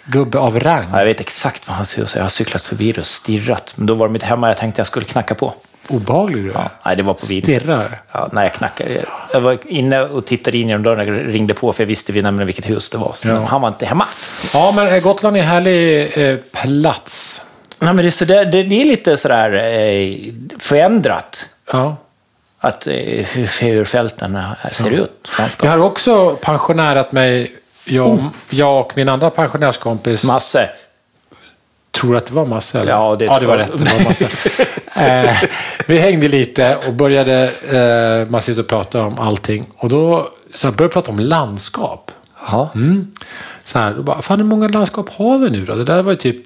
Speaker 1: gubbe av rang.
Speaker 2: Ja, Jag vet exakt vad han ser ut så Jag har cyklat förbi det och stirrat. Men då var de inte hemma. Jag tänkte jag skulle knacka på.
Speaker 1: Obehaglig du är.
Speaker 2: Nej, det var på vid.
Speaker 1: Stirrar.
Speaker 2: Ja, när jag knackade. Jag var inne och tittade in genom dörren. Jag ringde på för jag visste vid nämligen vilket hus det var. Så men Han var inte hemma.
Speaker 1: Ja, men eh, Gotland är en härlig eh, plats.
Speaker 2: Nej, men det, är så där, det, det är lite sådär eh, förändrat.
Speaker 1: Ja.
Speaker 2: Att, eh, hur, hur fälten här ser ut. Ganska.
Speaker 1: Jag har också
Speaker 2: Oh.
Speaker 1: pensionärat mig, jag, jag och min andra pensionärskompis,
Speaker 2: Masse.
Speaker 1: Tror du att det var Masse? eller?
Speaker 2: Ja, det
Speaker 1: ja, det
Speaker 2: tror
Speaker 1: var
Speaker 2: jag.
Speaker 1: rätt. Det var Masse. eh, vi hängde lite och började eh, man sitter och prata om allting. Och då så här, började jag prata om landskap.
Speaker 2: Jaha.
Speaker 1: Mm. Så här, då bara, fan hur många landskap har vi nu då? Det där var ju typ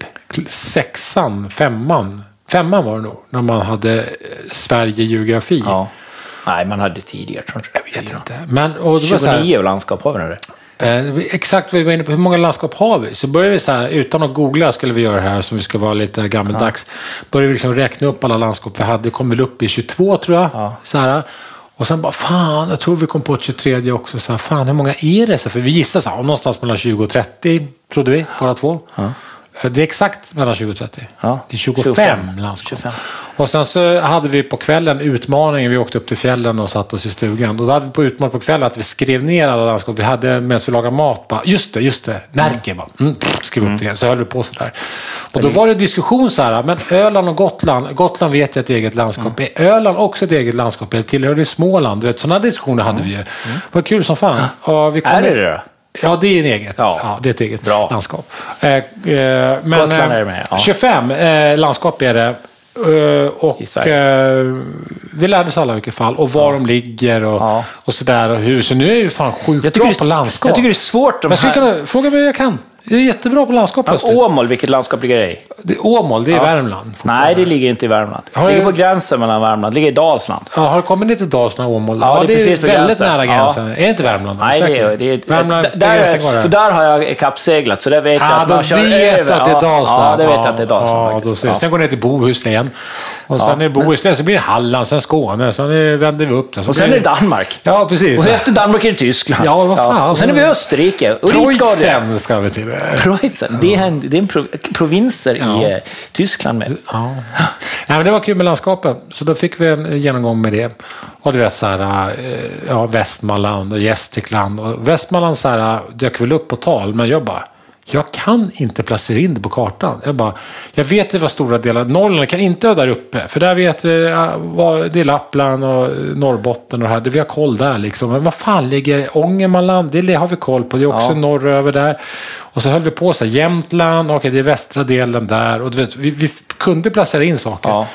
Speaker 1: sexan, femman. Femman var det nog, när man hade eh, Sverige-geografi.
Speaker 2: Ja. Nej, man hade det tidigare tror jag. Jag vet inte.
Speaker 1: Men, och det var så här,
Speaker 2: 29 landskap har vi nu det.
Speaker 1: Eh, vi- Exakt vad vi var inne på, hur många landskap har vi? Så började vi så här, utan att googla skulle vi göra det här som vi ska vara lite gammeldags. Började vi liksom räkna upp alla landskap vi hade, kom väl upp i 22 tror jag. Så här. Och sen bara, fan, jag tror vi kom på ett 23 också. Så här, fan, hur många är det? Så här, för vi gissade så här, någonstans mellan 20 och 30, trodde vi, båda två. Eh, Det är exakt mellan 20 och 30.
Speaker 2: Ja.
Speaker 1: Det är 25,
Speaker 2: 25
Speaker 1: landskap.
Speaker 2: 25.
Speaker 1: Och sen så hade vi på kvällen utmaningen. Vi åkte upp till fjällen och satte oss i stugan. Och då hade vi på utmaningen på kvällen att vi skrev ner alla landskap vi hade medan vi lagade mat. Bara, just det, just det. Närke bara. Mm, pff, skrev upp det. Så höll vi på sådär. Och då var det diskussion så här. Men Öland och Gotland. Gotland vet jag är ett eget landskap.
Speaker 2: Mm.
Speaker 1: Är Öland också ett eget landskap? Eller tillhör det Småland? Du vet, sådana diskussioner hade vi ju. Vad kul som fan. Ja, vi kom
Speaker 2: Mm. Är det
Speaker 1: in-
Speaker 2: det då?
Speaker 1: Ja, det är en eget. Ja.
Speaker 2: Ja.
Speaker 1: det är ett eget
Speaker 2: Bra.
Speaker 1: landskap. Eh, eh, men,
Speaker 2: Gotland är
Speaker 1: eh,
Speaker 2: med, ja.
Speaker 1: 25 eh, landskap är det. Eh,
Speaker 2: I
Speaker 1: och
Speaker 2: Sverige.
Speaker 1: eh, vi lärde oss alla i vilket fall. Och var de ligger och,
Speaker 2: Ja.
Speaker 1: och sådär. Och hur. Så nu är jag ju fan sjukt bra
Speaker 2: det är-
Speaker 1: på landskap.
Speaker 2: jag tycker det är svårt de
Speaker 1: Men skulle
Speaker 2: här...
Speaker 1: kunna, fråga mig hur jag kan. Jag är jättebra på landskap plötsligt.
Speaker 2: Åmål, vilket landskap ligger det i?
Speaker 1: Det är Åmål, det är Värmland.
Speaker 2: Nej, det ligger inte i Värmland.
Speaker 1: Har
Speaker 2: Det ligger på
Speaker 1: jag-
Speaker 2: gränsen mellan Värmland. Det ligger i Dalsland.
Speaker 1: Ja, har det kommit lite Dalsland och Åmål?
Speaker 2: Ja,
Speaker 1: Ja,
Speaker 2: det är
Speaker 1: det är
Speaker 2: precis vid
Speaker 1: väldigt
Speaker 2: gränsen.
Speaker 1: nära gränsen. Är det inte Värmland?
Speaker 2: Nej, det
Speaker 1: Säkert.
Speaker 2: är, det är,
Speaker 1: Värmland,
Speaker 2: d- där,
Speaker 1: gränsen går
Speaker 2: är, för där har jag kappseglat, så där vet jag
Speaker 1: Ja,
Speaker 2: att
Speaker 1: de
Speaker 2: man kör
Speaker 1: vet
Speaker 2: över.
Speaker 1: att det är Dalsland.
Speaker 2: Ja, ja, det vet jag att det är Dalsland
Speaker 1: ja,
Speaker 2: faktiskt.
Speaker 1: då ser jag.
Speaker 2: Ja.
Speaker 1: Sen går det ner till Bohuslän. igen. Och sen är det Bohuslän, så blir det Halland, sen Skåne, sen är- vänder vi upp det.
Speaker 2: Och sen är det Danmark.
Speaker 1: Ja, precis.
Speaker 2: Och efter Danmark är det Tyskland.
Speaker 1: Ja, vad fan.
Speaker 2: Och sen är vi i Österrike. Och dit ska det.
Speaker 1: Preussen ska vi till.
Speaker 2: Preussen. Det är, en, det är en prov- provinser
Speaker 1: Ja.
Speaker 2: i eh, Tyskland med.
Speaker 1: Ja. Nej, men det var kul med landskapen, så då fick vi en genomgång med det. Och du vet så här, eh, ja, Västmanland och Gästrikland. Och Västmanland så här, dök väl upp på tal, men jag bara, jag kan inte placera in det på kartan. Jag, bara, jag vet det var stora delar, Norrland kan inte vara där uppe, för där vet vi, ja, vad- det är Lappland och eh, Norrbotten och det här, det, vi har koll där liksom. Men vad fan ligger Ångermanland? Det har vi koll på, det är också
Speaker 2: Ja.
Speaker 1: norröver där. Och så höll vi på så här, Jämtland, okej det är västra delen där. Och du vet, vi, vi kunde placera in saker.
Speaker 2: Ja.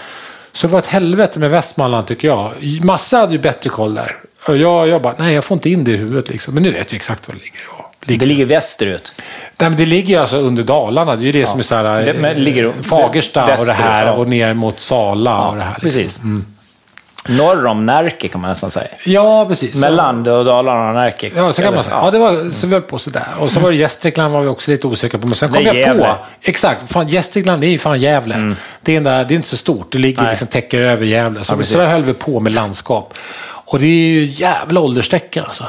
Speaker 1: Så det var ett helvete med Västmanland tycker jag. Massa hade ju bättre koll där. Och jag, jag bara, nej jag får inte in det i huvudet liksom. Men nu vet jag exakt var det ligger. Och ligger.
Speaker 2: Det ligger västerut.
Speaker 1: Nej, men det ligger ju alltså under Dalarna. Det är ju det som är så här,
Speaker 2: Det-
Speaker 1: eh,
Speaker 2: men ligger det-
Speaker 1: Fagersta och det
Speaker 2: västerut,
Speaker 1: här
Speaker 2: ja.
Speaker 1: och ner mot Sala och det här. liksom.
Speaker 2: Precis. Norr om Närke kan man nästan säga.
Speaker 1: Ja, precis. Så-
Speaker 2: Mellan Dalarna och Närke.
Speaker 1: Ja, så kan man säga.
Speaker 2: Eller-
Speaker 1: Ja, det var, så vi höll på sådär. Och så var det Gästrikland var vi också lite osäkra på. Men sen kom
Speaker 2: Det är
Speaker 1: jag
Speaker 2: Gävle. Mm.
Speaker 1: på. Exakt. Fan, Gästrikland det är ju fan Gävle. Det, är en där, det är inte så stort. Det ligger
Speaker 2: Nej.
Speaker 1: liksom täcker över Gävle. Så,
Speaker 2: precis.
Speaker 1: så där höll vi på med landskap. Och det är ju jävla ålderstecken alltså.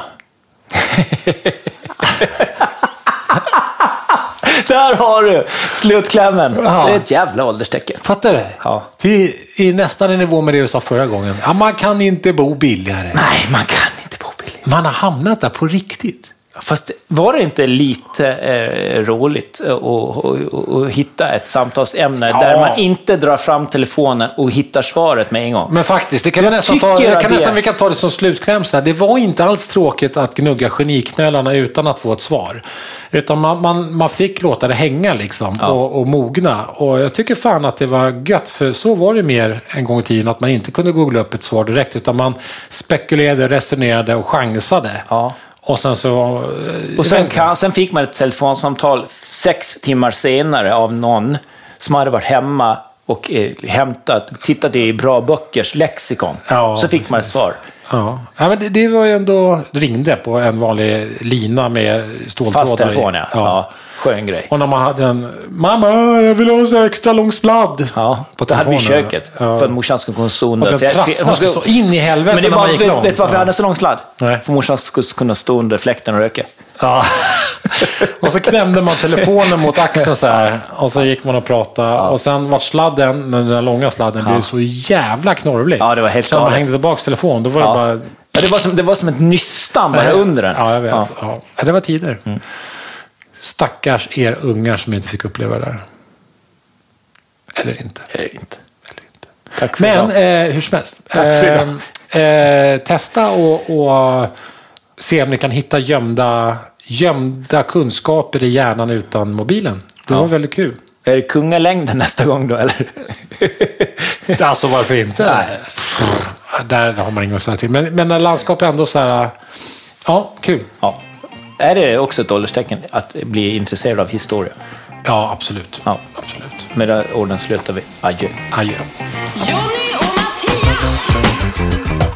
Speaker 2: Där har du slutklämmen.
Speaker 1: Ja.
Speaker 2: Det är ett jävla ålderstecken.
Speaker 1: Fattar du?
Speaker 2: Ja.
Speaker 1: Det är nästan i nivå med det du sa förra gången. Ja, man kan inte bo billigare.
Speaker 2: Nej, man kan inte bo billigt.
Speaker 1: Man har hamnat där på riktigt.
Speaker 2: Fast var det inte lite eh, roligt att och, och, och hitta ett samtalsämne
Speaker 1: Ja.
Speaker 2: där man inte drar fram telefonen och hittar svaret med en gång?
Speaker 1: Men faktiskt, det kan vi nästan ta,
Speaker 2: tycker
Speaker 1: jag kan
Speaker 2: det.
Speaker 1: nästan, vi kan ta det som slutkläm. Så här. Det var inte alls tråkigt att gnugga geniknölarna utan att få ett svar. Utan man, man, man fick låta det hänga liksom och, och mogna. Och jag tycker fan att det var gött, för så var det mer en gång i tiden. Att man inte kunde googla upp ett svar direkt, utan man spekulerade, resonerade och chansade.
Speaker 2: Ja.
Speaker 1: Och sen så... eh, var-
Speaker 2: Och sen, kan, sen fick man ett telefonsamtal sex timmar senare av någon som hade varit hemma och eh, hämtat, tittat i Bra Böckers lexikon.
Speaker 1: Ja,
Speaker 2: så fick man ett svar.
Speaker 1: Ja, ja men det, det var ju ändå... ringde på en vanlig lina med ståltrådar.
Speaker 2: Fast
Speaker 1: i.
Speaker 2: telefon, ja. ja. Skön grej.
Speaker 1: Och när man hade en mamma, jag vill ha en sån här extra lång sladd.
Speaker 2: Ja, det hade vi i
Speaker 1: telefonen.
Speaker 2: köket.
Speaker 1: Ja.
Speaker 2: För att morsan skulle kunna stå
Speaker 1: Och
Speaker 2: under.
Speaker 1: den
Speaker 2: För jag- för-
Speaker 1: trasslar sig så in i helvete
Speaker 2: Men det
Speaker 1: när
Speaker 2: var,
Speaker 1: man gick
Speaker 2: vet,
Speaker 1: långt.
Speaker 2: vet du varför jag
Speaker 1: Ja.
Speaker 2: hade så lång sladd?
Speaker 1: Nej.
Speaker 2: För morsan skulle kunna stå under fläkten och röka.
Speaker 1: Ja. och så klämde man telefonen mot axeln så här. Och så gick man och pratade. Och sen vart sladden, den där långa sladden, blev så jävla knorvlig.
Speaker 2: Ja, det var helt
Speaker 1: Så när man
Speaker 2: galet.
Speaker 1: hängde tillbaka telefonen, då var
Speaker 2: Ja.
Speaker 1: det bara...
Speaker 2: Ja, det, var som, det var som ett nystan bara under den. Mm.
Speaker 1: Ja, jag vet. Ja. Ja, det var tider. Stackars er ungar som inte fick uppleva det här. Eller inte.
Speaker 2: Eller inte. Tack för
Speaker 1: Men
Speaker 2: idag.
Speaker 1: eh, hur som helst.
Speaker 2: Tack för idag.
Speaker 1: Eh, eh, testa och, och se om ni kan hitta gömda, gömda kunskaper i hjärnan utan mobilen. Det var väldigt kul.
Speaker 2: Är det kungalängden nästa gång då, eller?
Speaker 1: Alltså varför inte?
Speaker 2: Nej.
Speaker 1: Där har man inget att säga till. Men, men när landskap är ändå så här... Ja, kul.
Speaker 2: Ja. Är det också ett ålderstecken att bli intresserad av historia?
Speaker 1: Ja, absolut.
Speaker 2: Ja.
Speaker 1: Absolut.
Speaker 2: Med de orden slutar vi. Adjö.
Speaker 1: Adjö.
Speaker 3: Johnny och Mattias!